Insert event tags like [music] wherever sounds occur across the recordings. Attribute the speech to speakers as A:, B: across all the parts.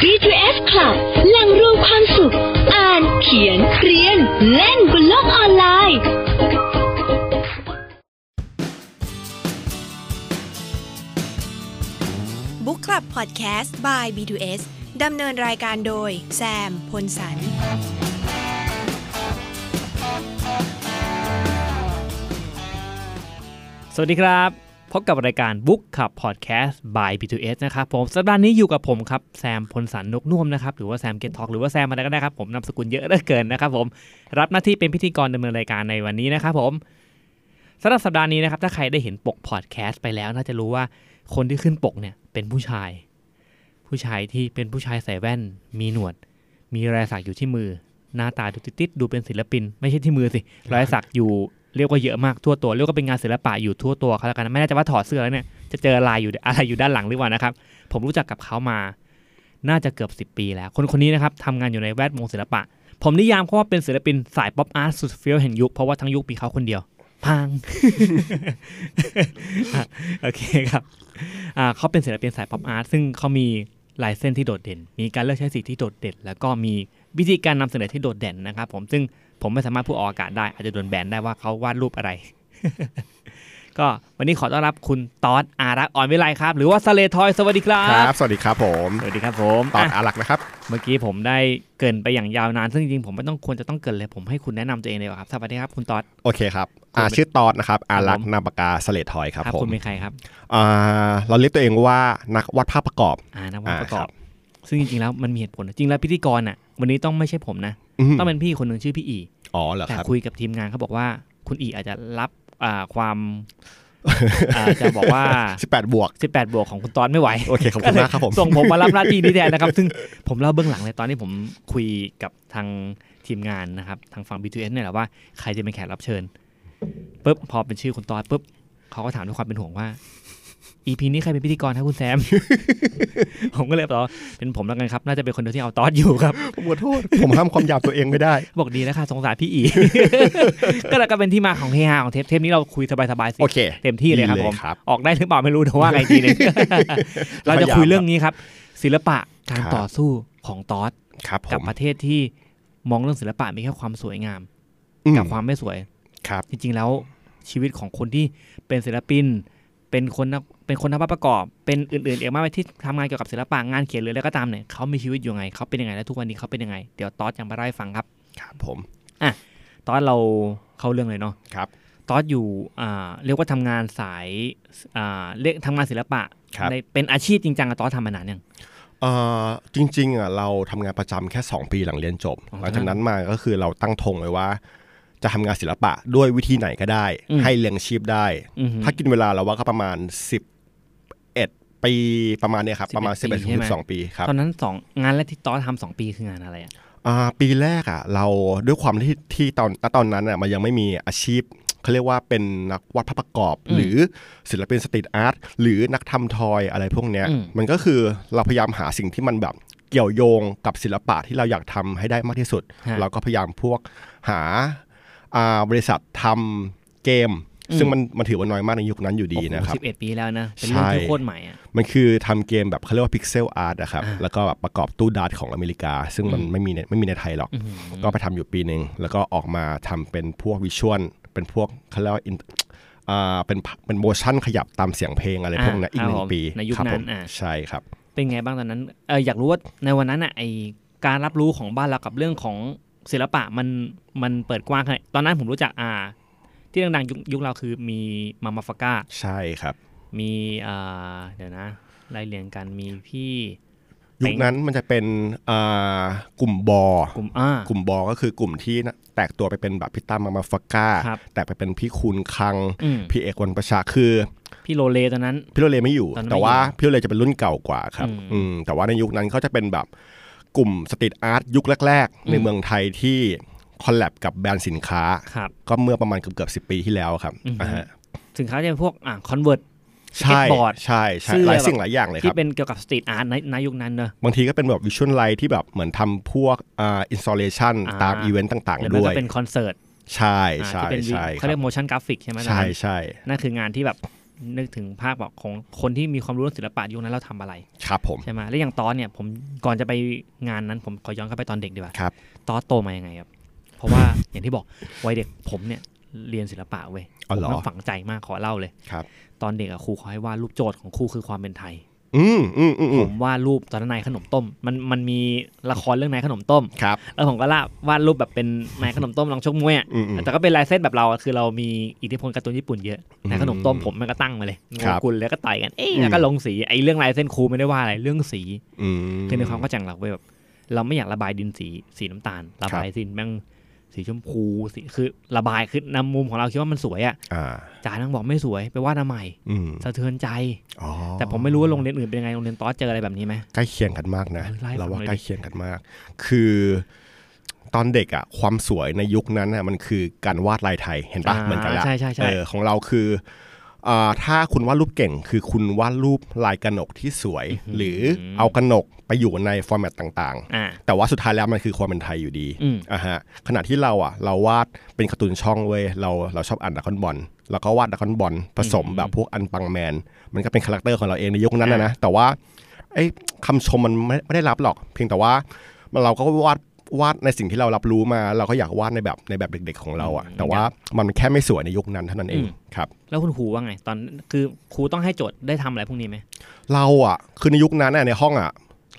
A: B2F Club แหล่งรวมความสุข อ่าน เขียน เรียน เล่นบนโลกออนไลน์
B: บุ๊กคลับพอดแคสต์ by B2S ดำเนินรายการโดย แซม พลสัน
C: สวัสดีครับ พบกับรายการ Book ขับ Podcast by B2S นะครับผมสัปดาห์นี้อยู่กับผมครับ แซมพลสันนกนุ่มนะครับหรือว่าแซมเกตทอกหรือว่าแซมอะไรก็ได้ครับ ผมนามสกุลเยอะเหลือเกินนะครับผมรับหน้าที่เป็นพิธีกรดำเนินรายการในวันนี้นะครับผมสำหรับสัปดาห์นี้นะครับ ถ้าใครได้เห็นปกพอดแคสต์ไปแล้ว น่าจะรู้ว่าคนที่ขึ้นปกเนี่ยเป็นผู้ชาย ผู้ชายที่เป็นผู้ชายใส่แว่น มีหนวด มีรอยสักอยู่ที่มือ หน้าตาดูติดๆดูเป็นศิลปิน ไม่ใช่ที่มือสิรอยสักอยู่ เรียกว่าเยอะมากทั่วตัวเรียกว่าเป็นงานศิลปะอยู่ทั่วตัวเขาแล้วกันไม่แน่ใจว่าถอดเสื้อแล้วเนี่ยจะเจอลายอยู่อะไรอยู่ด้านหลังหรือเปล่านะครับ ผมรู้จักกับเขามา น่าจะเกือบ 10 ปีแล้ว คนคนนี้นะครับทำงานอยู่ในแวดวงศิลปะ ผมนิยามเขาว่าเป็นศิลปินสายป๊อปอาร์ตสุดเฟี้ยวแห่งยุคเพราะว่าทั้งยุคมีเขาคนเดียว พัง [laughs] อ่ะโอเคครับอ่าเขาเป็นศิลปินสายป๊อปอาร์ตซึ่งเขามีลายเส้นที่โดดเด่น มีการเลือกใช้สีที่โดดเด่น แล้วก็มีวิธีการนำเสนอที่โดดเด่นนะครับ ผมซึ่งผมไม่สามารถพูดออกอากาศได้อาจจะโดนแบนได้ว่าเขาวาดรูปอะไร [laughs] ก็วันนี้ขอต้อนรับคุณตอดอารักษ์อ่อนวิไลครับ หรือว่าสเลทอยสวัสดีครั
D: ครับ บ สวัสดีครับผม
C: สวัสดีครับผม
D: ตอด
C: อ่ะ
D: อาหลักนะครับ
C: เมื่อกี้ผมได้เกรินไปอย่างยาวนาน ซึ่งจริงๆผมไม่ต้องควรจะต้องเกรินเลย ผมให้คุณแนะนำตัวเองเลยดีกว่าครับ สวัสดีครับคุณตอด
D: โอเคครับอ่าชื่อตอดนะครับ อารัก
C: ผม
D: นามปากกาสเลดทอยครับผ
C: คุ
D: ม
C: ณเป็นใครครับ
D: อ่าเราเรียกตัวเองว่านักวาดภาพประกอบ
C: อ่านะว่า
D: อ่า
C: ประกอ
D: ครับ บ
C: ซึ่งจริงๆแล้วมันมีเหตุผล จริงๆแล้วพิธีกรอ่ะ วันนี้ต้องไม่ใช่ผมนะ
D: อืม
C: ต้องเป็นพี่คนหนึ่งชื่อพี่อี
D: อ๋อเหรอ
C: แต่
D: ครับ
C: คุยกับทีมงานเขาบอกว่า คุณอีอาจจะรับอ่า
D: [laughs]
C: ความอ่าจะบอกว่า
D: 18 บวก
C: 18 บวกของคุณตอดไม่ไหว
D: โอเคขอบคุณมากครับผม
C: ส่งผมมารับหน้าที่นี้แทนนะครับ ซึ่งผมเล่าเบื้องหลังเลยตอนนี้ผมคุยกับทางทีมงานนะครับ ทางฝั่ง B2S เนี่ยแหละว่าใครจะเป็นแขกรับเชิญปุ๊บพอเป็นชื่อคุณตอดปุ๊บเขาก็ถามด้วยความเป็นห่วงว่า EP นี้ใครเป็นพิธีกรครับคุณแซม ผมก็เลยตอบว่าเป็นผมแล้วกันครับ น่าจะเป็นคนเดียวที่เอาตอดอยู่ครับ
D: ผมขอโทษ ผมห้ามความหยาบตัวเองไม่ได้
C: บอกดีนะคะสงสารพี่อี ก็แล้วก็เป็นที่มาของเฮฮาของเทปเทปนี้เราคุยสบายๆสิ
D: โอเค
C: เต็มที่เลยครับ
D: ดี
C: ผม
D: ครับ
C: ออกได้หรือเปล่าไม่รู้แต่ว่าไงทีหนึง เราจะคุยเรื่องนี้ครับ ศิลปะการ
D: ครับ
C: ต่อสู้ของตอส
D: ครับผ
C: กับ
D: ม
C: ประเทศที่มองเรื่องศิลปะมีแค่ความสวยงาม
D: อืม
C: กับความไม่สวย
D: ครับ
C: จริงๆแล้วชีวิตของคนที่เป็นศิลปิน เป็นคนนักเป็นคนทำภาพประกอบ เป็นอื่นๆเอกมากมายที่ทำงานเกี่ยวกับศิลปะงานเขียนหรืออะไรก็ตามเนี่ยเขามีชีวิตอยู่ยังไงเขาเป็นยังไงและทุกวันนี้เขาเป็นยังไงเดี๋ยวตอสจะมาเล่าให้ฟังครับ
D: ครับผม
C: ตอนเราเข้าเรื่องเลยเนาะ
D: ครับ
C: ตอสอยู่อ่าเรียกว่าทำงานสายอ่าเรียกทำงานศิลปะ
D: ครับ
C: ในเป็นอาชีพจริงจังอะตอสทำมานานยัง
D: เอ่อจริงๆอ่ะเราทำงานประจำแค่ 2 ปีหลังเรียนจบ
C: อ๋อ
D: หลังจากนั้นมาก็คือเราตั้งธงไว้ว่า จะทำงานศิลปะด้วยวิธีไหนก็ได้
C: อืม
D: ให้เลี้ยงชีพได้
C: อือหือ
D: ถ้ากินเวลาเราว่าก็ประมาณ 11 ปีประมาณเนี้ยครับ ประมาณ
C: 11ปีใช่ไหม
D: 11-12 ปีครับ
C: ตอนนั้นสองงานแรกที่ตอสทำสองปีคืองานอะไรอ่ะ
D: อ่าปีแรกอ่ะเราด้วยความที่ที่ตอนณตอนนั้นอ่ะมันยังไม่มีอาชีพเขาเรียกว่าเป็นนักวาดภาพประกอบ
C: อืม
D: หรือศิลปินสตรีทอาร์ตหรือนักทำทอยอะไรพวกเนี้ย
C: อืม
D: มันก็คือเราพยายามหาสิ่งที่มันแบบเกี่ยวโยงกับศิลปะที่เราอยากทำให้ได้มากที่สุด
C: ฮะ
D: เราก็พยายามพวกหาอ่าบริษัททำเกม
C: อืม
D: ซึ่งมันมันถือว่าน้อยมากในยุคนั้นอยู่ดี
C: โอ้โห
D: นะครับ
C: สิบเอ็ดปีแล้วนะ เป็นเรื่อง
D: ใช่
C: ที่โคตรใหม่อ่ะ
D: มันคือทำเกมแบบเขาเรียกว่าพิกเซลอาร์ตนะครับ
C: อ่า
D: แล้วก็แบบประกอบตู้ดาร์ตของอเมริกา ซึ่งมัน
C: อืม
D: ไม่มีในไม่มีในไทยหรอก
C: อื้อหือ
D: ก็ไปทำอยู่ปีหนึ่งแล้วก็ออกมาทำเป็นพวกวิชวลเป็นพวกเขาเรียกว่าอินอ่าเป็นเป็นโมชั่นขยับตามเสียงเพลงอะไรพวกนั้นอีกหนึ่งปี
C: ในยุครับ
D: ผ
C: นั้
D: ม
C: นอ่ะ
D: ใช่ครับ
C: เป็นไงบ้างตอนนั้นเอออยากรู้ว่าในวันนั้นอ่ะไอการรับรู้ของบ้านเรากับเรื่องของศิลปะมันมันเปิดกว้างขนาดตอนนั้นผมรู้จักอ่า ที่ดังๆยุคยุคเราคือมีมามาฟาก้า
D: ใช่ครับ
C: มีอ่าเดี๋ยวนะไล่เรียงกันมีพี่
D: ยุคนั้นมันจะเป็นอ่ากลุ่มบอก
C: กลุ่มอ่า
D: กลุ่มบอก็คือกลุ่มที่แตกตัวไปเป็นแบบพี่ตั้มมามาฟาก้า
C: ครับ
D: แตกไปเป็นพี่คุณคัง
C: อืม
D: พี่เอกวันประชาคือ
C: พี่โลเลตอนนั้น
D: พี่โรเลไม่อยู่
C: ตอนนั้น
D: แต่ว่า
C: ไม่อยู่
D: พี่โรเลจะเป็นรุ่นเก่ากว่าครับ
C: อืม
D: อืมแต่ว่าในยุคนั้นเขาจะเป็นแบบกลุ่มสตรีทอาร์ตยุคแรก
C: อืม
D: ๆ ในเมืองไทยที่คอลแลบกับแบรนด์สินค้า
C: ครับ
D: ก็เมื่อประมาณเกือบเกือบสิปีที่แล้วครับ
C: อืม
D: อ่าฮะ
C: ถึงเขาจะเป็นพวกอ่าคอนเวิร์ตส
D: ใช่
C: เก็ตบอร์ด
D: ใช่ใช่
C: เสื้อ
D: หลายสิ่งหลายอย่างเลยค
C: ที่
D: รับ
C: เป็นเกี่ยวกับสตรีทอาร์ตในในยุคนั้นเนอะ
D: บางทีก็เป็นแบบวิชวลไลท์ที่แบบเหมือนทำพวกอ่าอินสตาเลชัน
C: อ่า
D: ตามอีเวนต์ต่าง
C: หรือ
D: ๆ
C: ไม่
D: ด้ว
C: ก็
D: ย
C: เป็นคอนเสิร์ต
D: ใช่
C: อ่า
D: ใช่
C: ที่เป็นวิ
D: ใช่ค
C: เขา
D: รับ
C: เรียก motion graphic ใช่ไหมตอน
D: ใช่
C: นั้น
D: ใช่
C: นั่นคืองานที่แบบ นึกถึงภาพแบบของคนที่มีความรู้เรื่องศิลปะยุคนั้นเราทำอะไร
D: ครับผม
C: ใช่ไหมแล้วอย่างตอนเนี่ยผมก่อนจะไปงานนั้นผมขอย้อนเข้าไปตอนเด็กดีกว่า
D: ครับ
C: ตอสโตมายังไงครับ เพราะว่า อย่างที่บอกวัยเด็กผมเนี่ยเรียนศิลปะเว้ย
D: อ๋อเหร
C: ผม
D: อ
C: มันฝังใจมากขอเล่าเลย
D: ครับ
C: ตอนเด็กอะครูเขาให้วาดรูปโจทย์ของครูคือความเป็นไทย
D: อืมอืมอืมอื
C: ผม มวาดรูปตอนนั้นนายขนมต้ม มันมันมีละครเรื่องนายขนมต้ม
D: ครับ
C: แล้วผมก็ละวาดรูปแบบเป็นนายขนมต้มลองชกมวยอะ
D: อืมอืม
C: แต่ก็เป็นลายเส้นแบบเราอะคือเรามีอิทธิพลการ์ตูนญี่ปุ่นเยอะ
D: อืม
C: นายขนมต้มผมมันก็ตั้งมาเลยง
D: ครั
C: ง
D: บ
C: กุลแล้วก็ต่อยกันเอ๊ะ
D: อืม
C: แล้วก็ลงสีไอ้เรื่องลายเส้นครูไม่ได้ว่าอะไรเรื่องสี
D: อืม
C: คือในความเข้าใจของเราเว้ยแบบเราไม่อยากระบายดินสีสีน้ำตาล ระบายสีแม่งสีชมพูสีคือระบายคือนำมุมของเราคิดว่ามันสวยอะ
D: อ่า
C: จ๋านังบอกไม่สวยไปวาดทำไม
D: อืม
C: สะเทือนใจ
D: อ๋อ
C: แต่ผมไม่รู้ว่าโรงเรียนอื่นเป็นยังไงโรงเรียนต้อสเจออะไรแบบนี้ไหม
D: ใกล้เคียงกันมากนะ
C: เออไล่
D: เรา
C: ฟั
D: ว่า
C: งหน่อยดิ
D: ใกล้เคียงกันมาก คือตอนเด็กอะความสวยในยุคนั้นอะมันคือการวาดลายไทยเห็นปะเหมือนกันละ
C: ใช่ใช่ใช่
D: เออของเราคืออ่าถ้าคุณวาดรูปเก่ง คือคุณวาดรูปลายกระหนกที่สวย หรือเอากระหนกไปอยู่ในฟอร์แมตต่าง
C: อ่า
D: ๆ แต่ว่าสุดท้ายแล้วมันคือความเป็นไทยอยู่ดี
C: อืม
D: อ่ะฮะขณะที่เราอะเราวาดเป็นการ์ตูนช่องเว้ยเราเราชอบอ่านดักคอนบอลแล้วก็วาดดักคอนบอลผสมแบบพวกอันปังแมน มันก็เป็นคาแรคเตอร์ของเราเองในยุคนั้นนะนะแต่ว่า ไอ้คำชมมันไม่ไม่ได้รับหรอก เพียงแต่ว่าเราก็วาดวาดในสิ่งที่เรารับรู้มา เราก็อยากวาดในแบบในแบบเด็ก ๆ ของเราอะแต่ว่ามันแค่ไม่สวยในยุคนั้นเท่านั้นเองครับ
C: แล้วคุณครูว่าไง ตอนคือครูต้องให้โจทย์ได้ทำอะไรพวกนี้ไหม
D: เราอะคือในยุคนั้นอะในห้องอะ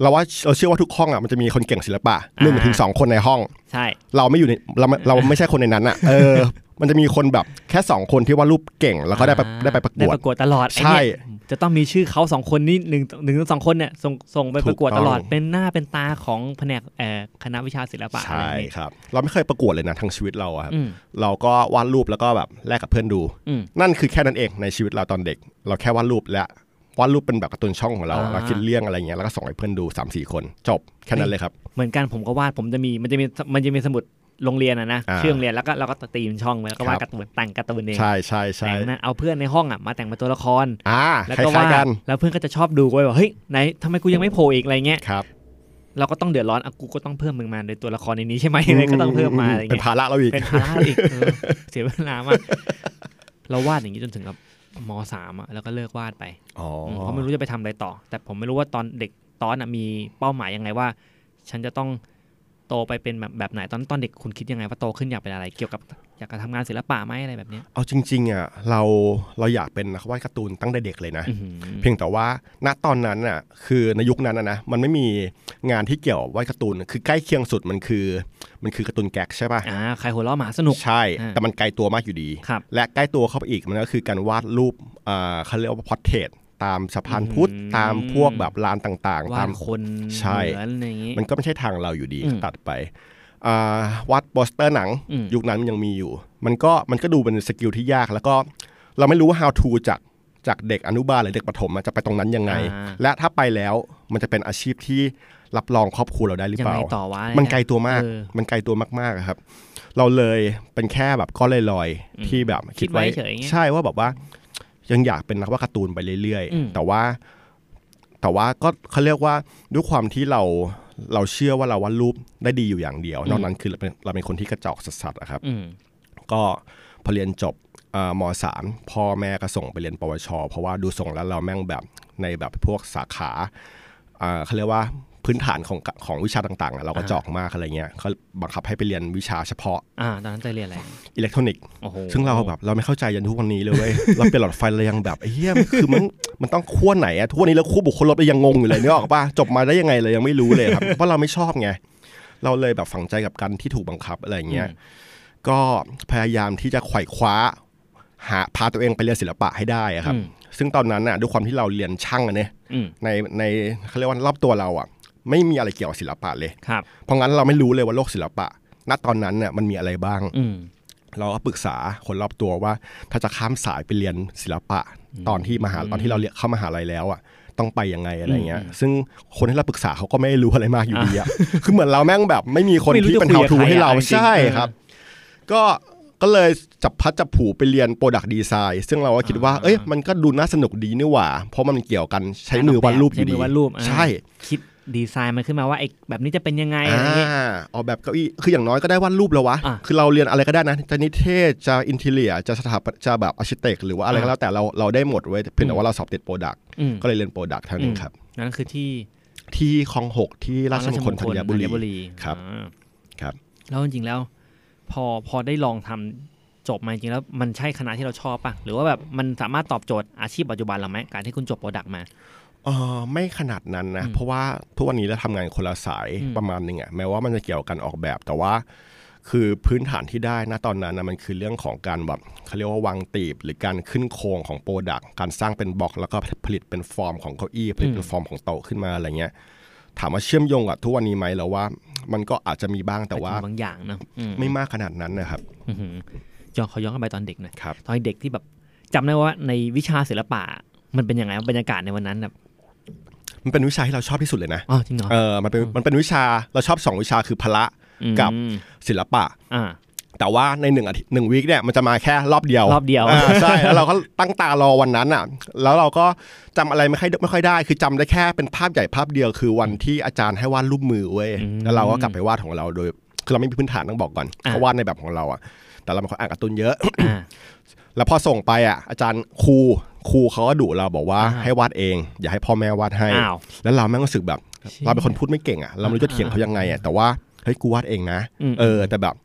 D: เราว่าเราเชื่อว่าทุกห้องอะมันจะมีคนเก่งศิลปะหนึ่งถึงสองคนในห้อง
C: ใช่
D: เราไม่อยู่ในเราไม่เราไม่ใช่คนในนั้น
C: [laughs]
D: อะเออ มันจะมีคนแบบแค่สองคนที่วาดรูปเก่ง แล้วก็ได้ไป
C: อ่า
D: ได้ไปประก
C: ได้
D: วด
C: ประกวดตลอด
D: ใช่
C: ไอ้เนี่ยจะต้องมีชื่อเขาสองคนนี่หนึ่งหนึ่งสองคนเนี่ยส่งส่งไปป
D: ถูก
C: ระกวดตลอด
D: ต้อง
C: เป็นหน้าเป็นตาของแผนกเอ่อคณะวิชาศิลปะอะไร
D: ใช่
C: อย่างเงี้ย
D: ครับ เราไม่เคยประกวดเลยนะทั้งชีวิตเราอะครับ
C: อืม
D: เราก็วาดรูปแล้วก็แบบแลกกับเพื่อนดู
C: อืม
D: นั่นคือแค่นั้นเองในชีวิตเราตอนเด็ก เราแค่วาดรูปและวาดรูปเป็นแบบการ์ตูนช่องของเรา
C: อ่า
D: เราคิดเรื่องอะไรอย่างเงี้ยแล้วก็ส่งให้เพื่อนดู3ามสี่คนจบแค่นั้นเลยครับ
C: เหมือนกันผมก็วาดผมจะมีมันจะมีมันจะมีสมุดโรงเรียนอะนะ
D: อ่า
C: ชื่อโรงเรียนแล้วก็เราก็ตีมช่องไว้แล้วก็วาด
D: ครั
C: กา
D: บ
C: ร์ตูนแต่งการ์ตูนเอง
D: ใช่ใช่ใช่
C: แต่งนะเอาเพื่อนในห้องอ่ะมาแต่งเป็นตัวละคร
D: อ่า
C: แล้ว
D: ค
C: ก็
D: ล้ายๆ
C: วา
D: กั
C: ด
D: น
C: แล้วเพื่อนก็จะชอบดูไว้ยว่าเฮ้ยไหนทำไมกูยังไม่โผล่อีกอะไรเงี้ย
D: ครับ
C: เราก็ต้องเดือดร้อนอ่ะกูก็ต้องเพิ่มมึงมาในตัวละครในนี้ใช่ไหมอะไร [laughs] ก็ต้องเพิ่มมาอะไร
D: เป็
C: เงี้
D: น
C: ย
D: ภาระเราอีก
C: เป็นภาระอีกเออเสียเวลามาก เราวาดอย่างนี้จนถึงกับมสามอะแล้วก็เลิกวาดไป
D: อ๋ออ
C: มเพราะไม่รู้จะไปทำอะไรต่อ แต่ผมไม่รู้ว่าตอนเด็กตอนน่ะมีเป้าหมายยังไงว่า ฉันจะต้องโตไปเป็นแบบแบบไหนตอนตอนเด็กคุณคิดยังไงว่าโตขึ้นอยากเป็นอะไร เกี่ยวกับอยากจะทำงานศิลปะไหมอะไรแบบเนี้ย
D: เอาจริงๆอ่ะเราเราอยากเป็นนักวาดการ์ตูนตั้งแต่เด็กเลยนะ
C: อื้อหือ
D: เพียงแต่ว่าณตอนนั้นอ่ะคือในยุคนั้นอ่ะนะมันไม่มีงานที่เกี่ยวกับวาดการ์ตูนคือใกล้เคียงสุดมันคือมันคือการ์ตูนแก๊กใช่ป่ะ
C: อ่าใครหัวเราะหมาสนุก
D: ใช่
C: อ่า
D: แต่มันไกลตัวมากอยู่ดี
C: ครับ
D: และใกล้ตัวเข้าไปอีกมันก็คือการวาดรูปอ่าเขาเรียกว่าพอ r t เทรตตามสะพานพุทธ
C: อืม
D: ตามพวกแบบลานต่างๆ
C: วา
D: ตา
C: ด
D: ม
C: คน
D: ใช่
C: เหมือนอะไรอย่างงี้
D: มันก็ไม่ใช่ทางเราอยู่ดี
C: อืม
D: ตัดไปอ่าวาดโปสเตอร์หนัง
C: อืม
D: ยุคนั้นมันยังมีอยู่ มันก็มันก็ดูเป็นสกิลที่ยาก แล้วก็เราไม่รู้ว่า how to จากจากเด็กอนุบาลหรือเด็กประถมอะจะไปตรงนั้นยังไง และถ้าไปแล้วมันจะเป็นอาชีพที่รับรองครอบครัวเราได้หรือ
C: ยัง
D: เปล่า
C: ไงต่อวะ
D: มันไกลตัวมาก
C: เออ
D: มันไกลตัวมากๆอะครับ เราเลยเป็นแค่แบบก้อนลอยๆที่แบบคิดไว้
C: คิดไว้เฉยอย่างเงี้ย
D: ใช่ว่าแบบว่า ยังอยากเป็นนักวาดการ์ตูนไปเรื่อย
C: อืม
D: ๆ แต่ว่า แต่ว่าก็เขาเรียกว่าด้วยความที่เราเราเชื่อว่าเราวาดรูปได้ดีอยู่อย่างเดียว นอกนั้นคือเราเป็นเราเป็นคนที่กระจอกสัสๆอะครับ
C: อืม
D: ก็พอเรียนจบเอ่อมสามพ่อแม่ก็ส่งไปเรียนปวช เพราะว่าดูส่งแล้วเราแม่งแบบในแบบพวกสาขาเอ่อเขาเรียกว่าพื้นฐานของของวิชาต่างๆอะเราก็จอกมากอะไรเงี้ยเขาบังคับให้ไปเรียนวิชาเฉพาะ
C: อ่า ตอนนั้นเตยเรียนอะไร
D: อิเล็กทรอนิกส์
C: โอ้โห
D: ซึ่งเราแบบเราไม่เข้าใจยันทุกวันนี้เลยเว้ย [laughs] เราเป็นหลอดไฟเรายังแบบไอ้เฮียมันคือมันมันต้องขั้วไหนอะทุกวันนี้เราคู่บุคคลรถเรายังงงอยู่เลยนึกออกปะจบมาได้ยังไงเลยยังไม่รู้เลย [laughs] ครับ เพราะเราไม่ชอบไงเราเลยแบบฝังใจกับการที่ถูกบังคับอะไรเงี้ย ก็พยายามที่จะไขว่คว้า หาพาตัวเองไปเรียนศิลปะให้ได้อะครับ ซึ่งตอนนั้นน่ะด้วยความที่เราเรียนช่างอะเนี่ย
C: อืม
D: ในในเขาเรียกว่ารอบตัวเราอ่ะ ไม่มีอะไรเกี่ยวกับศิลปะเลย
C: ครับ
D: เพราะงั้นเราไม่รู้เลยว่าโลกศิลปะ ณตอนนั้นน่ะมันมีอะไรบ้าง
C: อืม
D: เราก็ปรึกษาคนรอบตัวว่า ถ้าจะข้ามสายไปเรียนศิลปะ ตอนที่มหาตอนที่เราเรียนเข้ามหาลัยแล้วอ่ะต้องไปยังไงอะไรเงี้ย ซึ่งคนที่เราปรึกษาเขาก็ไม่รู้อะไรมากอยู่ดีอ่ะคือเหมือนเราแม่งแบบไม่มีคน
C: ไม่รู้
D: ที่เป็น
C: จะคุย
D: how
C: กับ
D: to
C: ใคร
D: ให้เรา
C: อ่ะจริงๆ
D: ใช่
C: เออ
D: ครับ ก็ก็เลยจับพัดจับผูไปเรียนโปรดักต์ดีไซน์ซึ่งเราก็คิดว่าเอ้ยมันก็ดูน่าสนุกดีนี่หว่า เพราะมันเกี่ยวกันใช้มือวาดรูปอยู่
C: ใช้มื
D: ดี
C: อวาดรูปอ่า
D: ใช่
C: คิด ดีไซน์มันขึ้นมาว่าไอ้แบบนี้จะเป็นยังไง
D: อ่
C: อะไรเงี้ย
D: าออกแบบเก้าอี้คืออย่างน้อยก็ได้วาดรูปแล้ววะ
C: อ่ะ
D: คือเราเรียนอะไรก็ได้นะจะนิเทศจะอินทีเลียจะสถาปจะแบบอาร์ชิเต็กหรือว่าอะไรก็แล้วแต่เราเราได้หมดเว้ยเพียง
C: อื
D: แต่
C: ม
D: ว่าเราสอบติดโปรดัก
C: อืม
D: ก็เลยเรียนโปรดักเท่านั้นครับ
C: นั่นคือที่
D: ที่คลองหกที่ราชมงคลธัญบุรี ครับ
C: อ่า
D: ครับ
C: แล้วจริงๆแล้ว พอพอได้ลองทำจบมาจริงๆแล้วมันใช่คณะที่เราชอบป่ะหรือว่าแบบมันสามารถตอบโจทย์อาชีพปัจจุบันเราไหมการที่คุณจบโปรดักมา
D: เออไม่ขนาดนั้นนะ
C: อืม
D: เพราะว่าทุกวันนี้เราทำงานคนละสาย
C: อืม
D: ประมาณหนึงอะแม้ว่ามันจะเกี่ยวกับการออกแบบแต่ว่า คือพื้นฐานที่ได้นะตอนนั้นนะมันคือเรื่องของการแบบเขาเรียกว่าวางตีบ หรือการขึ้นโครงของโปรดักการสร้างเป็นบล็อกแล้วก็ผลิตเป็นฟอร์มของเก้าอี้ผลิตเป็นฟอร์มของโต๊ะขึ้นมาอะไรเงี้ย ถามว่าเชื่อมโยงกับทุกวันนี้ไหมเราว่า มันก็อาจจะมีบ้างแต่ว่า
C: ไปถึงบางอย่างเนอะอืม
D: ไม่มากขนาดนั้นนะครับ
C: อื้อหือย้อนขอย้อนกลับไปตอนเด็กหน่อย
D: ครับ
C: ตอนเด็กที่แบบจำได้ว่าในวิชาศิลปะมันเป็นยังไงบรรยากาศในวันนั้นแบบ
D: มันเป็นวิชาที่เราชอบที่สุดเลยนะ
C: อ๋อจริงเหรอ
D: เออมันเป็นมันเป็นวิชาเราชอบสองวิชาคือพละ กับ
C: อืม
D: ศิลปะ
C: อ่า
D: แต่ว่าในหนึ่งอาทิตย์หนึ่งวีคเนี่ยมันจะมาแค่รอบเดียว
C: รอบเดียว
D: าใช่ แล้วเราก็ตั้งตารอวันนั้นอ่ะ แล้วเราก็จำอะไรไม่ค่อยไม่ค่อยได้ คือจำได้แค่เป็นภาพใหญ่ภาพเดียวคือวันที่อาจารย์ให้วาดรูปมือเว้ยแล้วเราก็กลับไปวาดของเราโดยคือเราไม่มีพื้นฐานต้องบอกก่อนเขาวาดในแบบของเราอ่ะแต่เราเป็นคนอ่านการ์ตูนเยอะ [coughs]
C: อ่า
D: แล้วพอส่งไปอ่ะอาจารย์ครูครูเขาก็ดุเราบอกว่าให้วาดเอง อย่าให้พ่อแม่วาดให้
C: อ้าว
D: แล้วเราแม่งรู้สึกแบบ
C: เชี่ย
D: เราเป็นคนพูดไม่เก่งอ่ะเราไม่รู้จะเถียงเขายังไงอ่ะแต่ว่าเฮ้ยกูวาดเองนะ
C: อืม
D: เออ แต่แบบ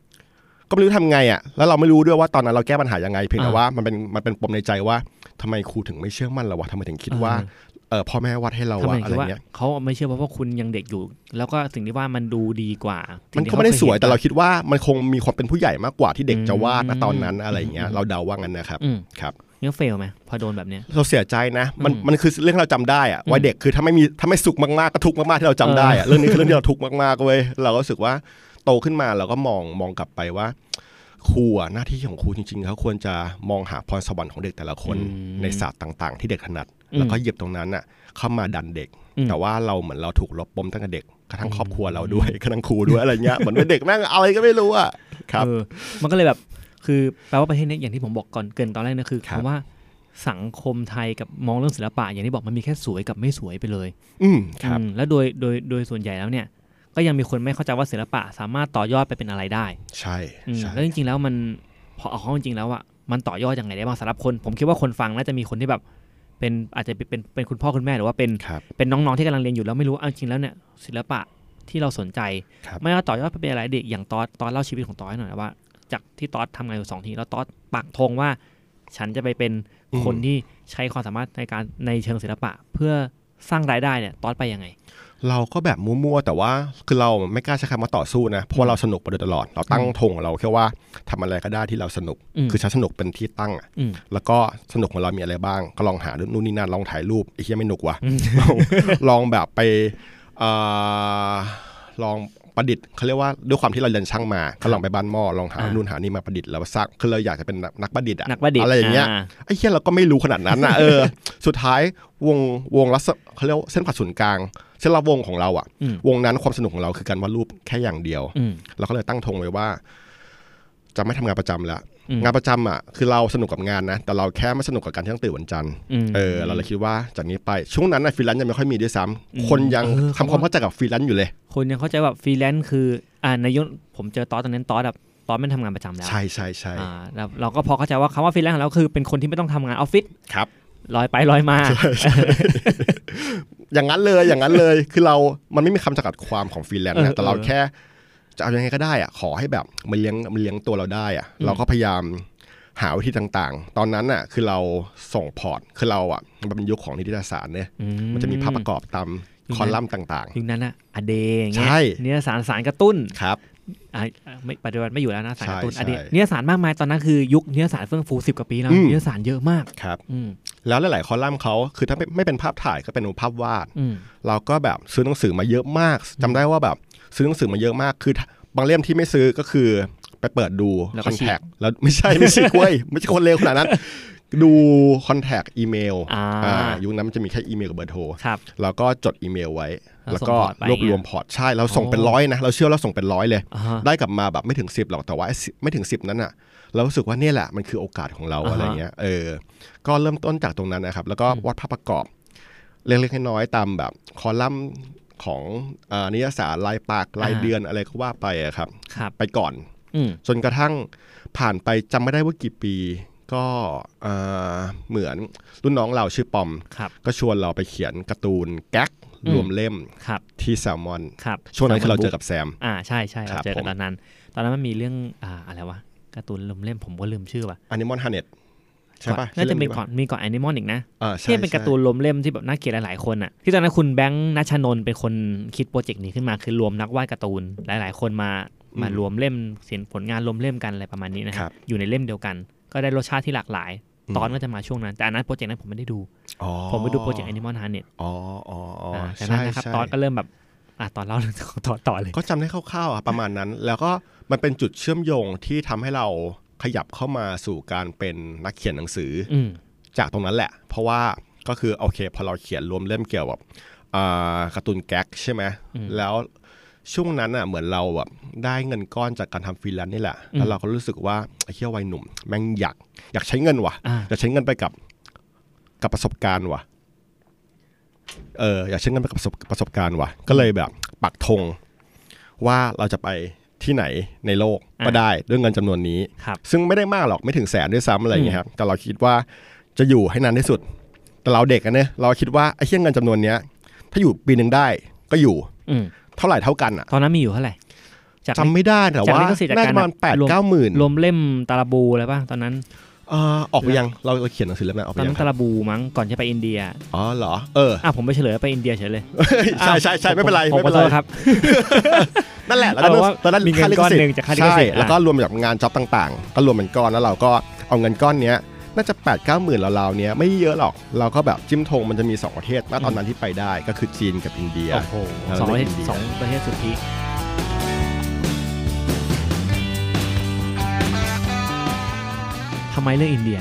D: ก็ไม่รู้ทำไงอ่ะแล้วเราไม่รู้ด้วยว่าตอนนั้นเราแก้ปัญหายังไงเพียงแต่
C: อ่า
D: ว่ามันเป็นมันเป็นปมในใจว่าทำไมครูถึงไม่เชื่อมั่นเราวะทำไมถึงคิดว่า
C: อ่า
D: เออพ่อแม่วาดให้เรา
C: ทำไม
D: วะอะไร
C: คือว่า
D: เงี้ย
C: เขาไม่เชื่อเพราะว่าคุณยังเด็กอยู่ แล้วก็สิ่งที่ว่ามันดูดีกว่าสิ่
D: มัน
C: งที่
D: ก็
C: เขา
D: ไม่ได้สว
C: ค
D: ย
C: ห็น
D: แต่เราคิดว่ามันคงมีความเป็นผู้ใหญ่มากกว่าที่เด็กจะวาดนะ
C: อืม
D: ตอนนั้นอะไรเงี้ย
C: อืม
D: เราเดาว่างั้นนะครับ
C: อืม
D: ครับ
C: เนี้ยเฟลไหมพอโดนแบบเนี้ย
D: เราเสียใจนะมัน
C: อืม
D: มันคือเรื่องเราจำได้อะ
C: อืม
D: วัยเด็กคือถ้าไม่มีถ้าไม่สุขมากๆก็ทุกข์มากๆที่เราจำได้อะเรื่องนี้คือเรื่องที่เราทุกข์มากๆเว้ยเราก็รู้สึกว่าโตขึ้นมาเราก็มองมองกลับไปว่าครูอะหน้าที่ของครูจริงๆเขาควรจะมองหาพรสวรรค์ของเด็กแต่ละคน
C: อืม
D: ในศาสตร์ต่าง ๆ ที่เด็กถนัด
C: อืม
D: แล้วก็เหยียบตรงนั้นอ่ะเข้ามาดันเด็ก
C: อืม
D: แต่ว่าเราเหมือนเราถูกลบปมตั้งแต่เด็กกระทั่งครอบครัวเราด้วยกระทั่งครูด้วยอะไรเงี้ยเหมือนเป็นเด็กแม่งอะไรก็ไม่รู้อ่ะครับ
C: เออมันก็เลยแบบ คือแปลว่าประเทศเนี้ยอย่างที่ผมบอกก่อนเกรินตอนแรกนะคือ
D: ครับ
C: คำว่าสังคมไทยกับมองเรื่องศิลปะ อย่างที่บอกมันมีแค่สวยกับไม่สวยไปเลย
D: อืมครับ
C: อืมแล้วโดยโดยโดยส่วนใหญ่แล้วเนี่ย ก็ยังมีคนไม่เข้าใจว่าศิลปะสามารถต่อยอดไปเป็นอะไรได้
D: ใช่
C: อืม
D: ใช่
C: แล้วจริงๆแล้วมันพอเอาเข้าจริงๆแล้วอ่ะมันต่อยอดยังไงได้บ้างสำหรับคน ผมคิดว่าคนฟังน่าจะมีคนที่แบบ เป็นอาจจะเป็นเป็นคุณพ่อคุณแม่หรือว่าเป็น
D: ครับ
C: เป็นน้องๆที่กำลังเรียนอยู่แล้วไม่รู้เอาจริงแล้วเนี่ยศิลปะที่เราสนใจ
D: ครับ
C: ไม่ว่าต่อยอดไปเป็นอะไรเด็กอย่างตอสตอสเล่าชีวิตของตอสให้หน่อยว่า จากที่ตอสทำงานอยู่สองที่แล้วตอสปักธงว่า ฉันจะไปเป็นคนที่ใช้ความสามารถในการในเชิงศิลปะ เพื่อสร้างรายได้เนี่ยตอสไปยังไง
D: เราก็แบบมั่วๆแต่ว่าคือเราไม่กล้าใช้คำว่าต่อสู้นะเพราะว่าเราสนุกมาโดยตลอด เราตั้งธงของเราแค่ว่าทำอะไรก็ได้ที่เราสนุก
C: อืม
D: คือใช้สนุกเป็นที่ตั้งอะ
C: อืม
D: แล้วก็สนุกของเรามีอะไรบ้าง ก็ลองหาเรื่องนู่นนี่นั่นลองถ่ายรูปไอ้เหี้ยไม่หนุกว่ะ
C: อืม
D: ลอง [laughs] ลองแบบไปเอ่อลองประดิษฐ์เขาเรียกว่าด้วยความที่เราเรียนช่างมาก็ลองไปบ้านหม้อลองหา
C: อ่านู่
D: นู่นหานี่มาประดิษฐ์แล้วสร้างคือเราอยากจะเป็นนักประดิษฐ์อะ
C: นักประดิษฐ์
D: อะไรอย่างเงี้ย
C: า
D: ไอ้เหี้ยเราก็ไม่รู้ขนาดนั้นนะเออ สุดท้ายวงวงรัศเขาเรียกว่าเส้นผ่าศูนย์กลางเส้นรอบวงของเราอะ
C: อืม
D: วงนั้นความสนุกของเราคือการวาดรูปแค่อย่างเดียว
C: อืม
D: เราก็เลยตั้งธงไว้ว่า จะไม่ทำงานประจำละ
C: อืม
D: งานประจำอ่ะคือเราสนุกกับงานนะ แต่เราแค่ไม่สนุกกับการที่ต้องตื่นวันจันทร์
C: ม
D: เออเราเลยคิดว่าจากนี้ไปช่วงนั้นนะฟรีแลนซ์ยังไม่ค่อยมีด้วยซ้ำ
C: อืม
D: คนยัง
C: เออ
D: ทำความเข้าใจกับฟรีแลนซ์อยู่เลย
C: คนยังเข้าใจว่าฟรีแลนซ์คืออ่าในยุคผมเจอตอสตอนนั้นตอสแบบตอสไม่ทำงานประจำแล้ว
D: ใช่ใช่ใช่
C: อ่าแล้วเราก็พอเข้าใจว่าคำว่าฟรีแลนซ์ของเราคือเป็นคนที่ไม่ต้องทำงานออฟฟิศ
D: ครับ
C: ลอยไปลอยมา
D: อย่างนั้นเลยอย่างนั้นเลยคือเรา มันไม่มีคำจำกัดความของฟรีแลนซ์
C: เออ
D: นะแต่เรา
C: เออ
D: แค่จะเอายังไงก็ได้อะขอให้แบบมันเลี้ยงมันเลี้ยงตัวเราได้อะเราก็พยายามหาวิธีต่างๆ ตอนนั้นน่ะคือเราส่งพอร์ตคือเราอ่ะมันเป็นยุคของนิติศาสตร์เนี่ยมันจะมีภาพประกอบตาม
C: อืม
D: คอลัมน์ต่าง
C: ยุคนั้นอะอเดย์อย่างเงี้ย
D: ใช่
C: นิยสารสารกระตุ้น
D: ๆ ครับ
C: อ่าอ่าไม่ปัจจุบันไม่อยู่แล้วนะสารกระตุ้น
D: ใช่
C: อเดย์
D: ใช่
C: นิยสารมากมายตอนนั้นคือยุคนิยสารเฟื่องฟูสิบกว่าปีแล้ว
D: อืม
C: นิยสารเยอะมาก
D: ครับ
C: อืม
D: แล้วหลายๆคอลัมน์เขาคือถ้าไม่ไม่เป็นภาพถ่ายก็เป็นภาพวาด
C: อืม
D: เราก็แบบซื้อหนังสือมาเยอะมากจำได้ว่าแบบซื้อหนังสือมาเยอะมาก คือบางเล่มที่ไม่ซื้อก็คือไปเปิดดู
C: แล้ว
D: ค
C: ก็
D: อน
C: ฉี
D: แท
C: ก
D: คแล้ว [laughs] ไม่ใช่ไม่ใช่กล้วย [laughs] ไม่ใช่คนเลวขนาดนั้น ดูคอนแทคอีเมล
C: อ่า
D: อ่ายุคนั้นมันจะมีแค่อีเมลกับเบอร์โทร
C: ครับ
D: แล้วก็จดอีเมลไว้
C: แล้
D: แล้ว ว
C: ส่
D: ก็
C: งพอร์ตไป
D: รวบรวม
C: เนี่ย
D: พอร์ตใช่เราส่งเป็น
C: อ๋อ
D: ร้อยนะเราเชื่อว่าเราส่งเป็นร้อยเลย
C: อ่าฮะ
D: ได้กลับมาแบบไม่ถึง 10หรอกแต่ว่าไอ้สิไม่ถึง 10 นั้นอ่ะ เรารู้สึกว่าเนี่ยแหละมันคือโอกาสของเรา
C: อ่าฮะ
D: อะไรเงี้ยเออ ก็เริ่มต้นจากตรงนั้นนะครับ แล้วก็
C: อืม
D: วาดภาพประกอบ เล็กๆน้อยๆตามแบบคอลัมน์ ของอานิยสารรายปากราย
C: อ่า
D: เดือนอะไรก็ว่าไปอะครับ
C: ครับ
D: ไปก่อน
C: อืม
D: จนกระทั่งผ่านไปจำไม่ได้ว่ากี่ปี ก็อ่าเหมือนรุ่นน้องเราชื่อปอม
C: ครับ
D: ก็ชวนเราไปเขียนการ์ตูนแก๊กรวมเล่ม
C: ครับ
D: ที่แซลมอน
C: ครับ
D: ช่วงนั้นคือเราเจอ
C: กับ
D: กับแซม
C: อ่า ใช่ใช่เรา
D: ครับ
C: เจอกัน
D: ผม
C: ตอนนั้น ตอนนั้นมันมีเรื่อง อ่า อะไรวะ การ์ตูนลมเล่มผมก็ลืมชื่อว่ะ
D: อนิมอนฮาเน็ตใช่ปะ
C: น่าจะ
D: ชื่
C: มี
D: รื่ง
C: ก่อน มีก่อนแอนิมอลอีกนะ
D: อ่าใช่
C: ที่เป็น
D: ใช่
C: การ์ตูนลมเล่มที่แบบน่าเกลียดหลายๆคนอ่ะ ที่ตอนนั้นคุณแบงค์นัชนนท์เป็นคนคิดโปรเจกต์นี้ขึ้นมา คือรวมนักวาดการ์ตูนหลาย ๆ คนมา มารวมเล่มเขียนผลงานรวมเล่มกันอะไรประมาณนี้นะค
D: ครับ รับ
C: อยู่ในเล่มเดียวกัน ก็ได้รสชาติที่หลากหลาย
D: อืม
C: ตอนก็จะมาช่วงนั้น แต่อันนั้นโปรเจกต์นั้นผมไม่ได้ดู
D: อ๋อ
C: ผมไปดูโปรเจกต์แอนิมอลฮาร์เน็ต
D: อ๋ออ๋ออ๋ออ
C: แต่
D: ใช่
C: นั้นนะครับ
D: ใช่
C: ตอนก็เริ่มแบบ อ่ะตอนเล่าเรื่อง [laughs] ของตอนต่อเลย
D: ก็จำได้คร่าวๆอะประมาณนั้น แล้วก็มันเป็นจุดเชื่อมโยงที่ทำให้เราขยับเข้ามาสู่การเป็นนักเขียนหนังสืออ
C: อืม
D: จากตรงนั้นแหละ เพราะว่าก็คือโอเคพอเราเขียนรวมเล่มเกี่ยวกับอ่าการ์ตูนแก๊กใช่ไหม
C: อืม
D: แล้วช่วงนั้นอ่ะเหมือนเราแบบได้เงินก้อนจากการทำฟรีแลนซ์นี่แหละ
C: อืม
D: แล้วเราก็รู้สึกว่าไอ้เหี้ยวัยหนุ่ม แม่งอยากอยากใช้เงินว่ะ
C: อ่า
D: อยากใช้เงินไปกับกับประสบการณ์ว่ะเอออยากใช้เงินไปกับประสบประสบการณ์ว่ะ ก็เลยแบบปักธง ว่าเราจะไปที่ไหนในโลก
C: อ่า
D: ก็ได้ด้วยเงินจำนวนนี้
C: ครับ
D: ซึ่งไม่ได้มากหรอกไม่ถึงแสนด้วยซ้ำอะไรอย่างเงี้ยครับแต่เราคิดว่าจะอยู่ให้นานที่สุด แต่เราเด็กกันเนี่ยเราคิดว่าไอ้เชี่ยเงินจำนวนเนี้ย ถ้าอยู่ปีหนึ่งได้ก็อยู่
C: อืม
D: เท่าไหร่เท่ากันอ่ะ
C: ตอนนั้นมีอยู่เท่าไหร่จาก
D: จำไม่ได้แต่
C: จาก
D: ว่า
C: ลิขสิทธิ์จาก
D: น่า
C: การ
D: จะประมาณแปดเก้าหมื่น
C: รวมเล่มตาลาบูอะไรป่ะตอนนั้น
D: เอ่อออกไปยังเราเราเขียนหนังสือเล่มนั้นออก
C: ต
D: ไป
C: อน
D: ยั
C: นั้
D: ง
C: นตาลาบูมั้งก่อนจะไปอินเดีย
D: อ๋อเหรอเออ [laughs]
C: อ่ะผมไปเฉลยไปอินเดียเฉยเลย
D: ใช่ใช่ใช่ไม่เป็นไร
C: ผมข
D: ไม่
C: อ
D: เป็
C: น โท
D: ไร
C: ษครับ
D: นั่นแหละแล้วตอนนั้น
C: เอาว่า
D: ตอนนั้น
C: มีเงิน
D: ค่าลิข
C: ก้อน
D: สิท
C: หนึ่ง
D: ธิ์
C: จากค่าลิข
D: ใช่
C: สิทธิ์อ่ะ
D: แล้วก็รวมจากงานจ็อบต่างๆ ก็รวมเป็นก้อนแล้วเราก็เอาเงินก้อนเนี้ยน่าจะ8ปดเก้าหมื่นเราวๆเนี้ยไม่เยอะหรอกเราก็แบบจิ้มธงมันจะมีสองประเทศณตอนนั้นที่ไปได้ก็คือจีนกับอินเดีย
C: โอ้โหสองประเทศสองประเทศสุดพีคทำไมเลือกอินเดีย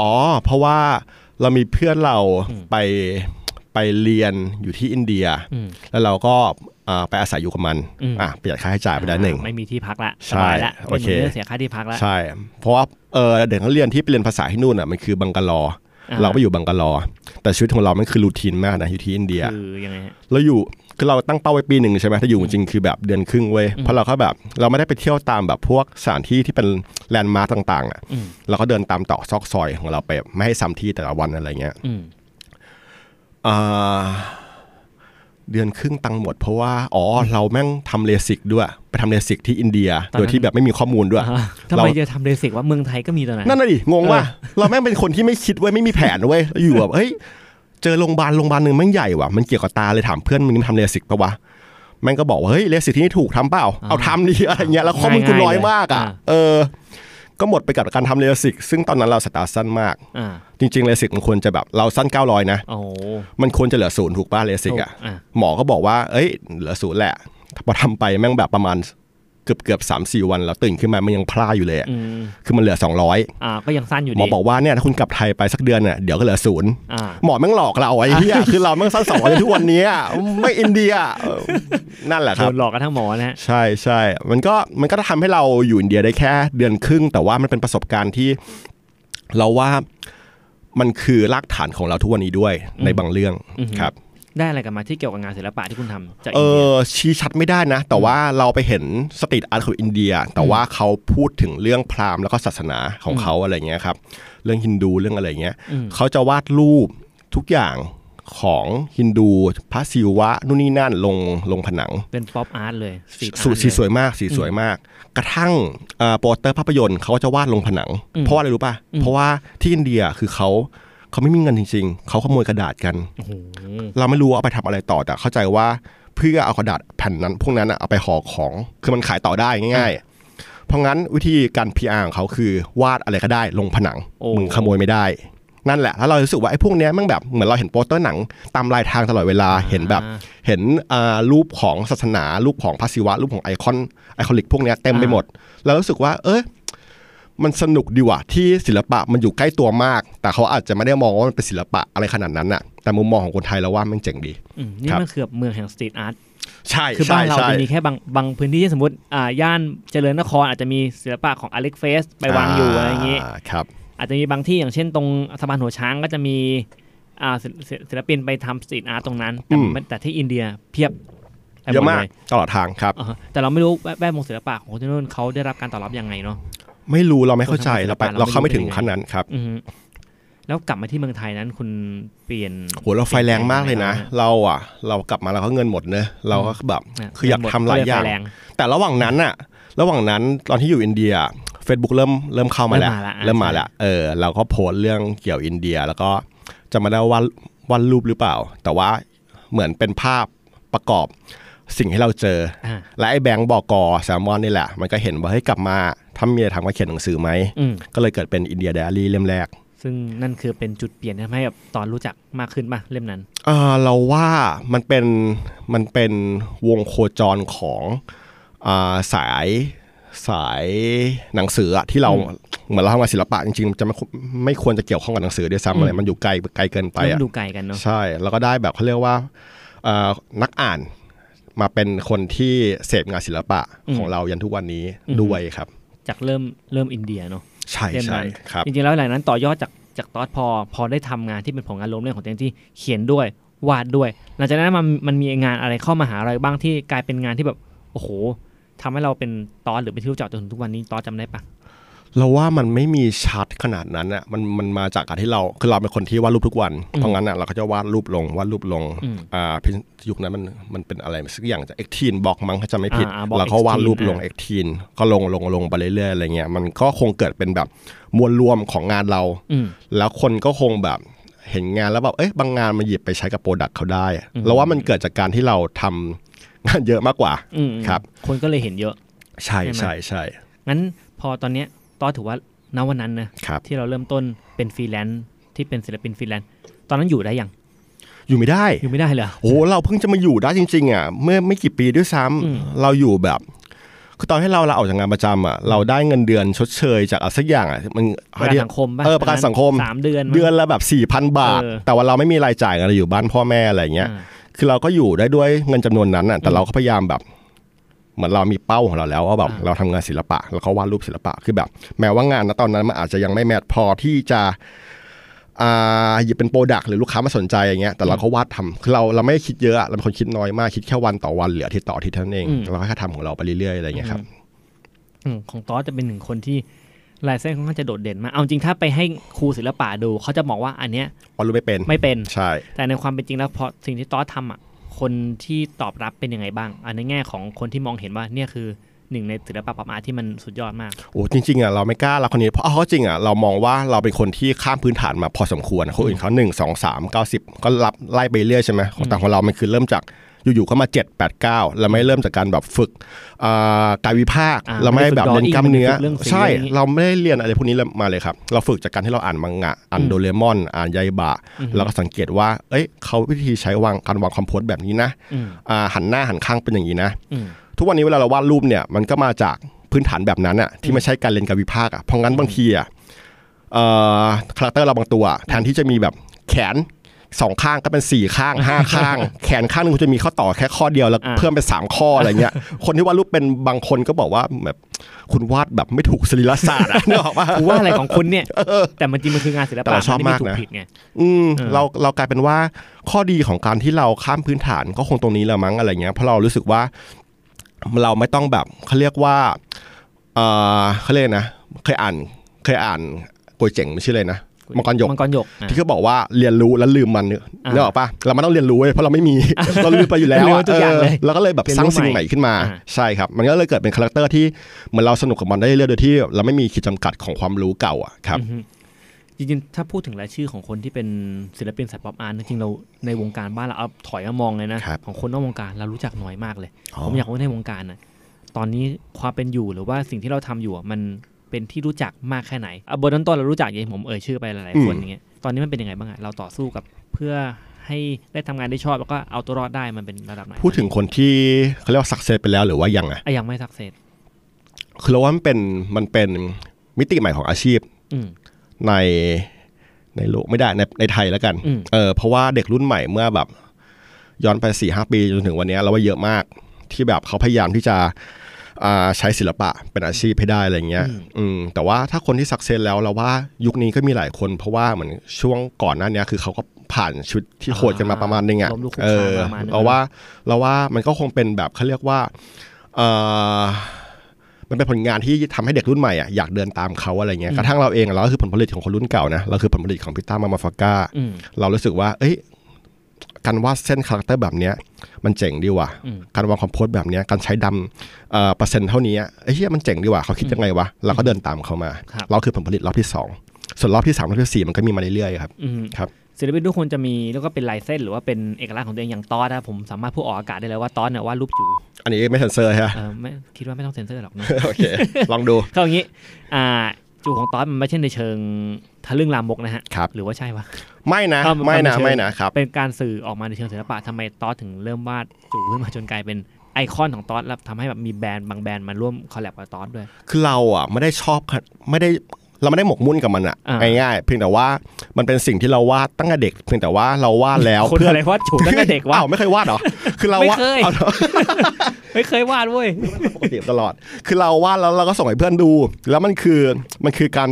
D: อ๋อ เพราะว่าเรามีเพื่อนเรา
C: อืม
D: ไปไปเรียนอยู่ที่อินเดีย
C: อืม
D: แล้วเราก็อ่าไปอาศัยอยู่กับมัน
C: อืม
D: อ่ะประหยัดค่าใช้จ่ายไปได้หนึ่ง
C: ไม่มีที่พักละส
D: ใช่
C: บายละ
D: โอ
C: ไม่
D: เค
C: มีเรื่องเสียค่าที่พักละ
D: ใช่ เพราะว่าเออเด็กนักเรียนที่ไปเรียนภาษาที่นู่นอ่ะมันคือบังกลอ
C: อ่ะ
D: เราไปอยู่บังกลอ แต่ชีวิตของเรามันคือรูทีนมากนะอยู่ที่อินเดีย
C: คือยังไงฮะ
D: เราอยู่คือเราตั้งเป้าไว้ปีหนึ่งใช่ไหมถ้าอยู่จริงๆคือแบบเดือนครึ่งเว้ย
C: อืม
D: เพราะเราก็แบบเราไม่ได้ไปเที่ยวตามแบบพวกสถานที่ที่เป็นแลนด์มาร์กต่างๆอ่ะ
C: อืม
D: เราก็เดินตามต่อซอกซอยของเราไปไม่ให้ซ้ำที่แต่ละวันอะไรเงี้ย
C: อืม
D: อ่าเดือนครึ่งตังค์หมดเพราะว่า อ๋อ เราแม่งทำเลสิกด้วย ไปทำเลสิกที่อินเดีย
C: ตอนนั้น
D: โดยที่แบบไม่มีข้อมูลด้วย
C: อ่ะทำไมจะทำเดสิกว่าเมืองไทยก็มีตอนนั้น
D: นั่นน่ะดิงงว่า
C: เอ
D: เราแม่งเป็นคนที่ไม่คิดเว้ยไม่มีแผนเว้ยแล้วอยู่แบบเฮ้ย เจอโรงพยาบาลโรงพยาบาลหนึ่งแม่งใหญ่ว่ะมันเกี่ยวกับตาเลยถามเพื่อนมึงนี่มันทำเลสิกปะวะแม่งก็บอกว่าเฮ้ยเลสิกที่นี่ถูกทำเปล่าเอาทำดิ [laughs] อะไรเงี้ยแล้วข้อมูลกูน้อยมากอ่ะ เออ ก็หมดไปกับการทำเลสิกซึ่งตอนนั้นเราสตาร์ทสั้นมาก
C: อ่า
D: จริงๆเลสิกมันควรจะแบบเราสั้น900นะ
C: โอ้โห
D: มันควรจะเหลือศูนย์ถูกป่ะเลสิกอ่ะ
C: อ่ะ
D: หมอก็บอกว่า เอ้ย เหลือศูนย์แหละ พอทำไปแม่งแบบประมาณเกือบเกือบสามสี่วัน แล้วตื่นขึ้นมามันยังพลาดอยู่เลยอะ
C: อืม
D: คือมันเหลือสองร้อย
C: อ่า ก็ยังสั้นอยู่
D: หม
C: ดี
D: อบอกว่าเนี่ยถ้าคุณกลับไทยไปสักเดือนน่ะเดี๋ยวก็เหลือศูนย์
C: อ่า
D: หมอแม่งหลอกเราไอ้เหี้ย [laughs] คือเราแม่งสั้นสองวันทุกวันนี้อะไม่อินเดียเออนั่นแหละค
C: โด
D: รับ
C: นหลอกกันทั้งหมอนะฮะ
D: ใช่ใช่ มันก็มันก็ทำให้เราอยู่อินเดียได้แค่เดือนครึ่ง แต่ว่ามันเป็นประสบการณ์ที่เราว่ามันคือรากฐานของเราทุกวันนี้ด้วยในบางเรื่อง
C: อือหือ
D: ครับ
C: ได้อะไรกลับมาที่เกี่ยวกับงานศิลปะที่คุณทำจาก
D: เอ
C: อินเดีย
D: อชี้ชัดไม่ได้นะ แต่ว่าเราไปเห็นสตรีทอาร์ตของอินเดีย แต่ว่าเขาพูดถึงเรื่องพราหมณ์แล้วก็ศาสนาของเขาอะไรเงี้ยครับ เรื่องฮินดูเรื่องอะไรเงี้ย
C: อืม
D: เขาจะวาดรูปทุกอย่างของฮินดูพระศิวะนู่นนี่นั่นลงลงผนัง
C: เป็นป๊อปอาร์ตเลยสี
D: ส
C: ฐาน
D: สี
C: เล
D: สวยมากสีสวยมาก กระทั่งเอ่อโปสเตอร์ภาพยนตร์เขาก็จะวาดลงผนัง
C: อืม
D: เพราะว่าอะไรรู้ป่ะ
C: อืม
D: เพราะว่าที่อินเดียคือเขาเขาไม่มีเงินจริง ๆเขาขโมยกระดาษกัน
C: โอ้โห
D: เราไม่รู้ว่าเอาไปทำอะไรต่อแต่เข้าใจว่าเพื่อเอากระดาษแผ่นนั้น พวกนั้นน่ะเอาไปห่อของคือมันขายต่อได้ง่ายๆ เพราะงั้นวิธีการ PR ของเขาคือวาดอะไรก็ได้ลงผนัง
C: โอ้
D: มึงขโมยไม่ได้ นั่นแหละแล้วเรารู้สึกว่าไอ้พวกเนี้ยแมันแบบเหมือนเราเห็นโปสเตอร์หนังตามลายทางตลอดเวลาเห็นแบบ
C: อ่า
D: เห็นอ่ารูปของศาสนารูปของพระศิวะ รูปของไอคอนไอคอนิกพวกเนี้ยเต็มไปหมดเรารู้สึกว่า เอ้ยมันสนุกดีว่ะที่ศิลปะมันอยู่ใกล้ตัวมาก แต่เขาอาจจะไม่ได้มองว่ามันเป็นศิลปะอะไรขนาดนั้นน่ะ แต่มุมมองของคนไทยเราว่ามันเจ๋งดี
C: อืมนี่
D: ครับ
C: มันคือเมืองแห่งสตรีทอาร์ต
D: ใช่
C: คือ
D: ใช่
C: บ้านเรา
D: ใช่
C: จะมีแค่บางบางพื้นที่เช่นสมมติอ่าย่านเจริญนครอาจจะมีศิลปะของอเล็กเฟสไปวางอยู่อะไรอย่างนี้
D: ครับ
C: อาจจะมีบางที่อย่างเช่นตรงสะพานหัวช้างก็จะมี อ่าศิลศิลศิลปินไปทำสตรีทอาร์ตตรงนั้น แต่
D: อืม
C: มันแต่ที่อินเดียเพียบไปหด
D: เยอะมาก
C: ล
D: ตลอดทางครับ
C: อ่าฮะแต่เราไม่รู้แวแวดวงศิลปะของคนที่นู่นเขาได้รับการตอบรับยังไงเนาะ
D: ไม่รู้เราไม่เข้าใจ
C: คนทำศิล
D: เราไป
C: ปะเรา
D: เราเข้าไม่ถึง
C: ไม่รู้
D: ขั้นนั้นครับ
C: อือฮึแล้วกลับมาที่เมืองไทยนั้นคุณเปลี่ยน
D: โหเราไฟแรงมากเลยนะ
C: เป็นไง
D: เราอ่ะ เรากลับมาเราก็เงินหมดเนอะเราก็แบบคืออยากทำหลายอย่าง
C: เริ่มไฟแรง
D: แต่ระหว่างนั้นอะระหว่างนั้นตอนที่อยู่อินเดีย Facebook เริ่มเริ่มเข้ามาแล้ว
C: เริ่
D: เริ่
C: ม
D: ม
C: มา
D: มา
C: ละอ่ะ
D: แล้วเออเราก็โพสต์เรื่องเกี่ยวอินเดีย แล้วก็จะไมาได้ว่าวันรูปหรือเปล่า แต่ว่าเหมือนเป็นภาพประกอบสิ่งที่เราเจอ
C: อ่า
D: และไอ้แบงค์บอกกอแซลมอนนี่แหละ มันก็เห็นว่าเฮ้ยกลับมาถ้ามีอะไรทำก็เขียนหนังสือไหม
C: อืม
D: ก็เลยเกิดเป็นอินเดียไดอารี่เล่มแรก
C: ซึ่งนั่นคือเป็นจุดเปลี่ยนทำให้แบบตอนรู้จักมากขึ้นป่ะเล่มนั้น
D: เอ่อเราว่ามันเป็นมันเป็นวงโคจรของอาสายสายหนังสืออะที่เราเหมือนเราทำงานศิลปะจริงๆจะไม่ควไม่ควรจะเกี่ยวข้องกับหนังสือด้วย
C: อื
D: ซ้ำ
C: ม
D: อะไรมันอยู่ไกลไกลเกินไป
C: เริ่
D: อะ
C: มดูไกลกันเนาะ
D: ใช่แล้วก็ได้แบบเขาเรียกว่าเอ่อนักอ่านมาเป็นคนที่เสพงานศิลปะของเรายันทุกวันนี้ด้วยครับ
C: จากเริ่มเริ่มอินเดียเนาะ
D: ใช่
C: เล่มนั้
D: ใช่
C: น
D: ครับ
C: จริงๆแล้วหลังนั้นต่อยอดจากจากตอดพอ พอได้ทำงานที่เป็นผลงานรวมเรื่องของตัวเองที่เขียนด้วยวาดด้วย หลังจากนั้นมันมันมีงานอะไรเข้ามาหาเราบ้างที่กลายเป็นงานที่แบบโอ้โหทำให้เราเป็นตอดหรือเป็นที่รู้จักจนถึงทุกวันนี้ตอดจำได้ปะ
D: เราว่ามันไม่มีชัดขนาดนั้นอ่ะมันมันมาจากการที่เราคือเราเป็นคนที่วาดรูปทุกวัน เพราะงั้นอ่ะเราก็จะวาดรูปลงวาดรูปลง
C: อืม
D: อ่าพิยุคนั้นมันมันเป็นอะไรสักอย่างจากเอ็กทีนบอกมั้งถ้าจำไม่ผิด
C: อ่าอ่า Box
D: เราก็วาดรูปลง
C: X-Teen อ่ะ
D: เอ็กทีนก็ลงลงลงไปเรื่อยๆอะไรเงี้ยมันก็คงเกิดเป็นแบบมวลรวมของงานเรา
C: อืม
D: แล้วคนก็คงแบบเห็นงานแล้วแบบเอ้ยบางงานมาหยิบไปใช้กับโปรดักต์เขาได้เราว่ามันเกิดจากการที่เราทำงานเยอะมากกว่า
C: อืม
D: ครับ
C: คนก็เลยเห็นเยอะ
D: ใช่
C: ใช่
D: ใช่
C: ไหม
D: ใช่
C: งั้นพอตอนเนี้ยตอดถือว่าณวันนั้นนะครับ ที่เราเริ่มต้นเป็นฟรีแลนซ์ที่เป็นศิลปินฟรีแลนซ์ตอนนั้นอยู่ได้ยัง
D: อยู่ไม่ได้
C: อยู่ไม่ได้เลยเหรอ
D: โอ้โหเราเพิ่งจะมาอยู่ได้จริงๆอ่ะเมื่อไม่กี่ปีด้วยซ้ำ
C: อืม
D: เราอยู่แบบคือตอนที่เราเราออกจากงานประจำอ่ะเราได้เงินเดือนชดเชยจากอะไรสักอย่างอ่ะมัน
C: ประกันสังคมป่ะ
D: เออประกันสังคม
C: สามเดือนมั้ง
D: เดือนละแบบ4ี่พันบาท
C: เออ
D: แต่ว่าเราไม่มีรายจ่ายอะไรอยู่บ้านพ่อแม่อะไรอย่างเงี้ย
C: อ่า
D: คือเราก็อยู่ได้ด้วยเงินจำนวนนั้นอ่ะแต่
C: อืม
D: เราก็พยายามแบบ เหมือนเรามีเป้าของเราแล้วว่าแบบ
C: อ่า
D: เราทำงานศิลปะ แล้วก็วาดรูปศิลปะคือแบบ แม้ว่างานนะตอนนั้นมันอาจจะยังไม่แมทพอที่จะอ่าหยิบเป็นโปรดักต์หรือลูกค้ามาสนใจอย่างเงี้ยแต่เราก็วาดทำคือเราเราไม่ได้คิดเยอะอะเราเป็นคนคิดน้อยมากคิดแค่วันต่อวันเหลืออาที่ต่ออาที่เท่านั้นเองเราก็แค่ทำของเราไปเรื่อยๆอะไรอย่างเงี้ยครับ
C: อืมของตอสจะเป็นหนึ่งคนที่ลายเส้นค่อนข้างจะโดดเด่นมากเอาจริงถ้าไปให้ครูศิลปะดู เขาจะบอกว่าอันเนี้ยว
D: าดรูปไม่เป็น
C: ไม่เป็น
D: ใช่
C: แต่ในความเป็นจริงแล้วพอสิ่งที่ตอสทำอ่ะคนที่ตอบรับเป็นยังไงบ้างอันในแง่ของคนที่มองเห็นว่าเนี่ยคือหนึ่งในศิลปะประมาที่มันสุดยอดมาก
D: โอ้จริงๆอ่ะเราไม่กล้าเราคนนี้เพราะเอาเข้าจริงอ่ะเรามองว่าเราเป็นคนที่ข้ามพื้นฐานมาพอสมควรนะคนอื่นเขาหนึ่งสองสามเก้าสิบก็รับไล่ไปเรื่อยใช่ไหมของแต่ของเรามันคือเริ่มจากอยู่ๆก็มา7 8 9เราไม่เริ่มจากการแบบฝึกอ่ากายวิภาค
C: อ่า
D: เราไม่ได้แบบเรียนกล้ามเนื้อ
C: ไม่ได้ฝึกเรื่องสี
D: ใช่
C: อะไรอย่างงี้
D: เราไม่ได้เรียนอะไรพวกนี้มาเลยครับ เราฝึกจากการที่เราอ่านมังงะอ่านโดเรมอน อ่านไยบะ
C: อือฮึ
D: เราก็สังเกตว่า เอ้ยเขาวิธีใช้วางการวางคอมโพสแบบนี้นะ
C: อืม
D: อ่าหันหน้าหันข้างเป็นอย่างนี้นะ
C: อืม
D: ทุกวันนี้เวลาเราวาดรูปเนี่ยมันก็มาจากพื้นฐานแบบนั้นอะที่ไม่ใช่การเรียนกับวิภาคอะเพราะงั้นบางทีอะเอ่อคาแรคเตอร์เราบางตัวอะแทนที่จะมีแบบแขนสองข้างก็เป็นสี่ข้างห้าข้าง แขนข้างหนึงคุณจะมีข้อต่อแค่ข้อเดียวแล้ว
C: อ่า
D: เพิ่มเป็นสามข้ออะไรเงี้ย คนที่วาดรูปเป็นบางคนก็บอกว่าแบบคุณวาดแบบไม่ถูกสรีรศาสตร์อะ [laughs] นึกออกปะ
C: กูว่าอะไรของคุณเนี่ยแต่มันจริงมันคืองานศิล
D: แต่
C: ปะ
D: เราชอบ
C: นไได้
D: มาก
C: ถู
D: นะ
C: ผิดไง
D: อืม
C: เออ
D: เราเรากลายเป็นว่าข้อดีของการที่เราข้ามพื้นฐานก็คงตรงนี้แหละมั้งอะไรเงี้ยเพราะเรารู้สึกว่าเราไม่ต้องแบบเขาเรียกว่าเออเขาเรียกนะเคยอ่านเคยอ่านโกยเจ๋งไม่ใช่เลยนะมังกรหยก
C: มังกรหยกอ่ะ
D: ที่เขาบอกว่าเรียนรู้แล้วลืมมันเนอะ
C: อ่า
D: นึกออกปะเราไม่ต้องเรียนรู้เว้ยเพราะเรา
C: [laughs]
D: ไม่มี เราลืมไปอยู่แล้ว
C: ลืม
D: อะ
C: ทุกอย่างเลย
D: เราก็เลยแบบสร้างสิ่ง
C: เรียนรู้ให
D: ให
C: ม่
D: ม่ขึ้นมา
C: อ่า
D: ใช่ครับ มันก็เลยเกิดเป็นคาแรคเตอร์ที่เหมือนเราสนุกกับมันได้เรื่อยๆโดยที่เราไม่มีขีดจำกัดของความรู้เก่าอะครับ
C: อือฮึจริงๆ ถ้าพูดถึงรายชื่อของคนที่เป็นศิลปินสายป๊อปอาร์ตจริงๆเราในวงการบ้านเราเอาถอยมามองเลยนะ
D: ครับ
C: ของคนนอกวงการเรารู้จักน้อยมากเลย ผมอยากรู้ว่าในวงการน่ะตอนนี้ความเป็นอยู่หรือว่าสิ่งที่เราทำอยู่อ่ะมันเป็นที่รู้จักมากแค่ไหนอ่ะบนต้นๆเรารู้จักอย่างที่ผมเอ่ยชื่อไปหลายๆคน
D: อืม
C: อย่างเงี้ยตอนนี้มันเป็นยังไงบ้างอ่ะเราต่อสู้กับเพื่อให้ได้ทำงานได้ชอบแล้วก็เอาตัวรอดได้มันเป็นระดับไหน
D: พูดถึงคนที่เขาเรียกว่าสักเซสไปแล้วหรือว่ายังอะ
C: อ่ะยังไม่สักเซส
D: คือเราว่ามันเป็นมันเป็นมิติใหม่ของอาชีพ
C: อืม
D: ในในโลกไม่ได้ในในไทยแล้วกัน
C: อืม
D: เออเพราะว่าเด็กรุ่นใหม่เมื่อแบบย้อนไปสี่ห้าปีจนถึงวันเนี้ยเราว่าเยอะมากที่แบบเขาพยายามที่จะ อ่าใช้ศิลปะเป็นอาชีพให้ได้อะไรเงี้ยอืมแต่ว่าถ้าคนที่สักเซนแล้วเราว่ายุคนี้ก็มีหลายคน เพราะว่าเหมือนช่วงก่อนหน้าเนี้ยคือเขาก็ผ่านชุดที่โหดกันมาประมาณนึงอ่ะ
C: ล้มลุกคลุกคลาน
D: เออ
C: ประมาณนึง
D: เราว่าเราว่ามันก็คงเป็นแบบเขาเรียกว่าเอ่อ มันเป็นผลงานที่ทำให้เด็กรุ่นใหม่อ่ะอยากเดินตามเขาอะไรเงี้ยกระทั่งเราเองอะเราก็คือผลผลิตของคนรุ่นเก่านะเราคือผลผลิตของพิต้ามามาฟาก้า
C: อืม
D: เรารู้สึกว่า เอ้ยการวาดเส้นคาแรคเตอร์แบบเนี้ยมันเจ๋งดีว่ะ
C: อืม
D: การวางคอมโพสแบบเนี้ยการใช้ดำเอ่อเปอร์เซ็นต์เท่านี้อะเอ้ยเหี้ยมันเจ๋งดีว่ะเขาคิดยังไงวะเราก็เดินตามเขามา
C: ครับ
D: เราคือผลผลิตรอบที่สองส่วนรอบที่สามรอบที่สี่มันก็มีมาเรื่อยๆครับ
C: อืม
D: ครับ
C: ศิลปินทุกคนจะมีแล้วก็เป็นลายเส้นหรือว่าเป็นเอกลักษณ์ของตัวเองอย่างตอสนะครับผมสามารถพูดออกอากาศได้เลยว่าตอสเนี่ยวาดรูปจู
D: อันนี้ไม่เซนเซอร์ใช่ไหม [laughs]
C: เออไม่คิดว่าไม่ต้องเซ็นเซอร์หรอกเนอะ
D: โอเค ลองดู
C: เขาอย่างนี้ อ่า จูของตอสมันไม่ใช่ในเชิงทะลึ่งลามกนะฮะ
D: ครับ
C: หรือว่าใช่วะ
D: ไม่นะ
C: ครับ
D: ไม่นะ
C: [laughs] ความเชื่อ
D: ไม่นะครับ
C: เป็นการสื่อออกมาในเชิงศิลปะทำไมตอสถึงเริ่มวาดจูขึ้นมาจนกลายเป็นไอคอนของตอสแล้วทำให้แบบมีแบรนด์บางแบรนด์มาร่วมคอลแลบกับตอสด้วย
D: คือเราอ่ะไม่ได้ชอบค่ะไม่ได้เราไม่ได้หมกมุ่นกับมันอ่ะ
C: อ่า
D: ง่ายๆเพียงแต่ว่ามันเป็นสิ่งที่เราวาดตั้งแต่เด็ก เพียงแต่ว่าเราวาดแล้ว
C: คน
D: เพื่
C: อะไรวาดจูตั้งแต่เด็กวะ
D: อ้าวไม่เคยวาดเหรอคือเราวาด
C: ไม่เคย
D: อาหรอ
C: ไม่เคยวาดเว้ย
D: ปกติตลอด คือเราวาดแล้วเราก็ส่งให้เพื่อนดู แล้วมันคือมันคือการ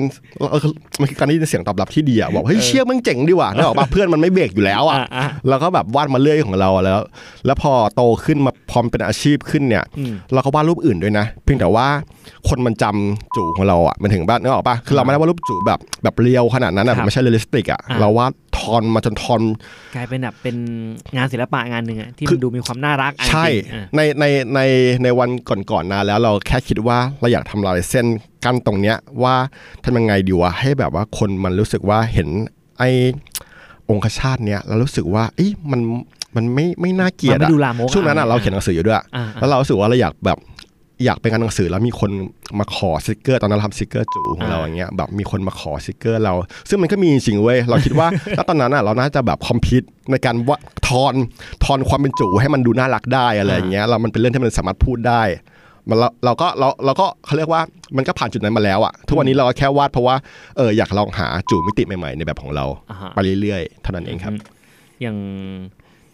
D: เออมันคือการได้ยินเสียงตอบรับที่ดีอ่ะบอกเฮ้ยเชี่ยมันเจ๋งดีว่ะนึกออกปะเพื่อนมันไม่เบรกอยู่แล้วอ่ะ
C: อ่าอ่า
D: เราก็แบบวาดมาเรื่อยของเราแล้ว แล้วพอโตขึ้นมาพร้อมเป็นอาชีพขึ้นเนี่ย
C: อืม
D: เราก็วาดรูปอื่นด้วยนะ เพียงแต่ว่าคนมันจำจู่ของเราอ่ะมันถึงบ้านนึกออกปะคือเราไม่ได้วาดรูปจู่แบบแบบเรียวขนาดนั้นอ่ะ
C: ครับ
D: ไม่ใช่เรียลลิสติกอ่ะ
C: อ่า
D: เราวาดทอนมาจนทอน
C: กลายเป็นแบบเป็นงานศิลปะงานหนึ่งอะที่
D: คื
C: มัน
D: อ
C: ดูมีความน่ารักอัน
D: ใช่
C: จริงอ่ะ
D: ในในในในวันก่อนๆนานแล้วเราแค่คิดว่าเราอยากทำลายเส้นกั้นตรงเนี้ยว่าทำยังไงดีวะให้แบบว่าคนมันรู้สึกว่าเห็นไอองคชาตเนี้ยแล้วรู้สึกว่าเอ้ยมันมันไม่ไม่น่าเกลียด
C: มันไม่
D: อะ
C: ดูลามกอะ
D: ช่วงนั้นอ่ะ
C: อ่า
D: เราเขียนหนังสืออยู่ด้วย
C: อ่า
D: แล้วเรารู้สึกว่าเราอยากแบบอยากเป็นงานหนังสือแล้วมีคนมาขอสติกเกอร์ตอนนั้นเราทำสติกเกอร์จูของเราอย่างเงี้ยแบบมีคนมาขอสติกเกอร์เรา ซึ่งมันก็มีจริงเว้ยเราคิดว่า [laughs] ณตอนนั้นอ่ะเราน่าจะแบบคอมพิวต์ในการว่าทอนทอนความเป็นจูให้มันดูน่ารักได้อะไรอย่างเงี้ยเรามันเป็นเรื่องที่มันสามารถพูดได้มันเราเราก็เราเราก็เขาเรียกว่ามันก็ผ่านจุดนั้นมาแล้วอ่ะทุกวันนี้เราก็แค่วาดเพราะว่าเอออยากลองหาจูมิติใหม่ๆในแบบของเรา
C: อ่าฮะ
D: ไปเรื่อยๆเท่านั้นเองครับ
C: มอย่าง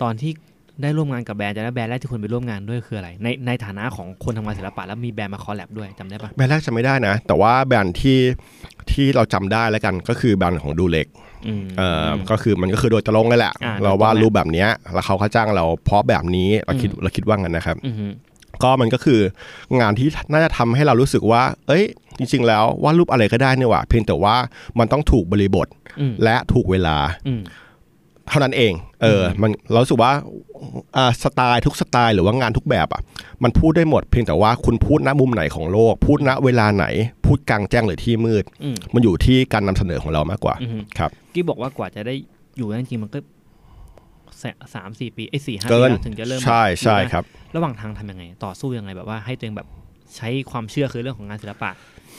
C: ตอนที่ได้ร่วมงานกับแบรนด์จะได้แบรนด์แรกที่คุณไปร่วมงานด้วยคืออะไร ในในฐานะของคนทำงานศิลปะแล้วมีแบรนด์มาคอลแลบด้วยจำได้ปะ
D: แบรนด์แรกจำไม่ได้นะ แต่ว่าแบรนด์ที่ที่เราจำได้แล้วกันก็คือแบรนด์ของดูเล็ก
C: อืม
D: เอ่ออก็คือมันก็คือโดยตรงเลยแหละ
C: อ่า
D: เรา
C: โดยตรง
D: วาดรูปแบบเนี้ยแล้วเขาก็จ้างเราเพราะแบบนี้เราคิดเราคิดว่างั้นนะครับ
C: อืมฮึ
D: ก็มันก็คืองานที่น่าจะทำให้เรารู้สึกว่า เอ้ย จริง ๆ แล้ววาดรูปอะไรก็ได้เนี่ยว่ะเพียงแต่ว่ามันต้องถูกบริบท
C: อืม
D: และถูกเวลา
C: อืม
D: เท่านั้นเอง เออ มันเรารู้สึกว่าอ่าสไตล์ทุกสไตล์หรือว่างานทุกแบบอ่ะ มันพูดได้หมดเพียงแต่ว่าคุณพูดณมุมไหนของโลก พูดณเวลาไหน พูดกลางแจ้งหรือที่มืด
C: อืม
D: มันอยู่ที่การนำเสนอของเรามากกว่า
C: อืม
D: ครับ
C: กี้บอกว่ากว่าจะได้อยู่ได้จริงๆมันก็แสสามสี่ปีไอ้ยสี่ห้า
D: เกิ
C: ปี
D: น
C: แล้วถึงจะเริ่ม
D: ใช่ใช่
C: อยู่ได้
D: ครับ
C: ระหว่างทางทำยังไง ต่อสู้ยังไงแบบว่าให้ตัวเองแบบใช้ความเชื่อคือเรื่องของงานศิลปะ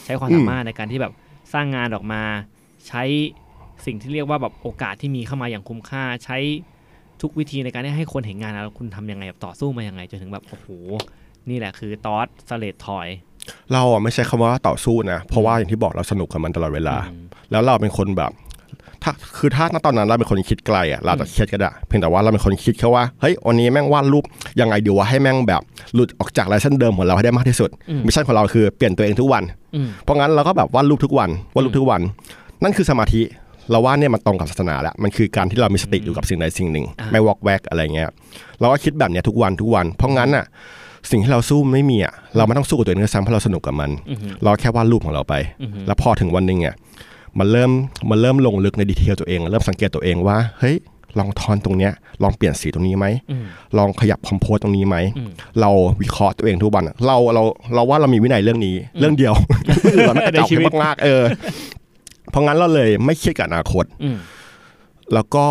C: ใช้ความสามารถในการที่แบบสร้างงานออกมา ใช้สิ่งที่เรียกว่าแบบโอกาสที่มีเข้ามาอย่างคุ้มค่า ใช้ทุกวิธีในการที่ให้คนเห็นงานแล้วคุณทำยังไงแบบต่อสู้มายังไงจนถึงแบบโอ้โหนี่แหละคือตอสสเลตทอย
D: เราอ่ะไม่ใช้คำว่าต่อสู้นะ เพราะว่าอย่างที่บอกเราสนุกกับมันตลอดเวลา
C: อืม
D: แล้วเราเป็นคนแบบ ถ้าคือถ้าณตอนนั้นเราเป็นคนคิดไกลอ่ะเราอาจจะเครียดก็ได้เพียงแต่ว่าเราเป็นคนคิดแค่ว่าเฮ้ยวันนี้แม่งวาดรูปยังไงดีวะให้แม่งแบบหลุดออกจากลายเส้นเดิมของเราให้ได้มากที่สุดมิชชั่นของเราคือเปลี่ยนตัวเองทุกวัน
C: อืม
D: เพราะงั้นเราก็แบบวาดรูปทุกวันวาดรูปทุกวัน นั่นคือสมาธิเราว่าเนี่ยมันตรงกับศาสนาแล้วมันคือการที่เรามีสติอยู่กับสิ่งใดสิ่งหนึ่ง
C: อ่า
D: ไม่วอกแวกอะไรเงี้ยเราก็คิดแบบเนี้ยทุกวันทุกวัน เพราะงั้นอ่ะสิ่งที่เราสู้ไม่มีอ่ะเราไม่ต้องสู้กับตัวเองด้วยซ้ำเพราะเราสนุกกับมัน
C: อือหือ
D: เราแค่วาดรูปของเราไป
C: อือฮึ
D: แล้วพอถึงวันหนึ่งอ่ะมันเริ่มมันเริ่มลงลึกในดีเทลตัวเอง เริ่มสังเกตตัวเองว่าเฮ้ยลองทอนตรงเนี้ยลองเปลี่ยนสีตรงนี้ไหม
C: อืม
D: ลองขยับคอมโพสตรงนี้ไหม
C: อืม
D: เราวิเคราะห์ตัวเองทุกวันอะเราเราเราว่าเรามีวินัยเรื่องนี้เรื่องเดียว
C: [laughs]
D: เรื่องอื่นเราไม่กระจอก
C: ในชีวิต
D: มากๆเออ เพราะงั้นเราเลยไม่เครียดกับอนาคต
C: อืม
D: แล้วก็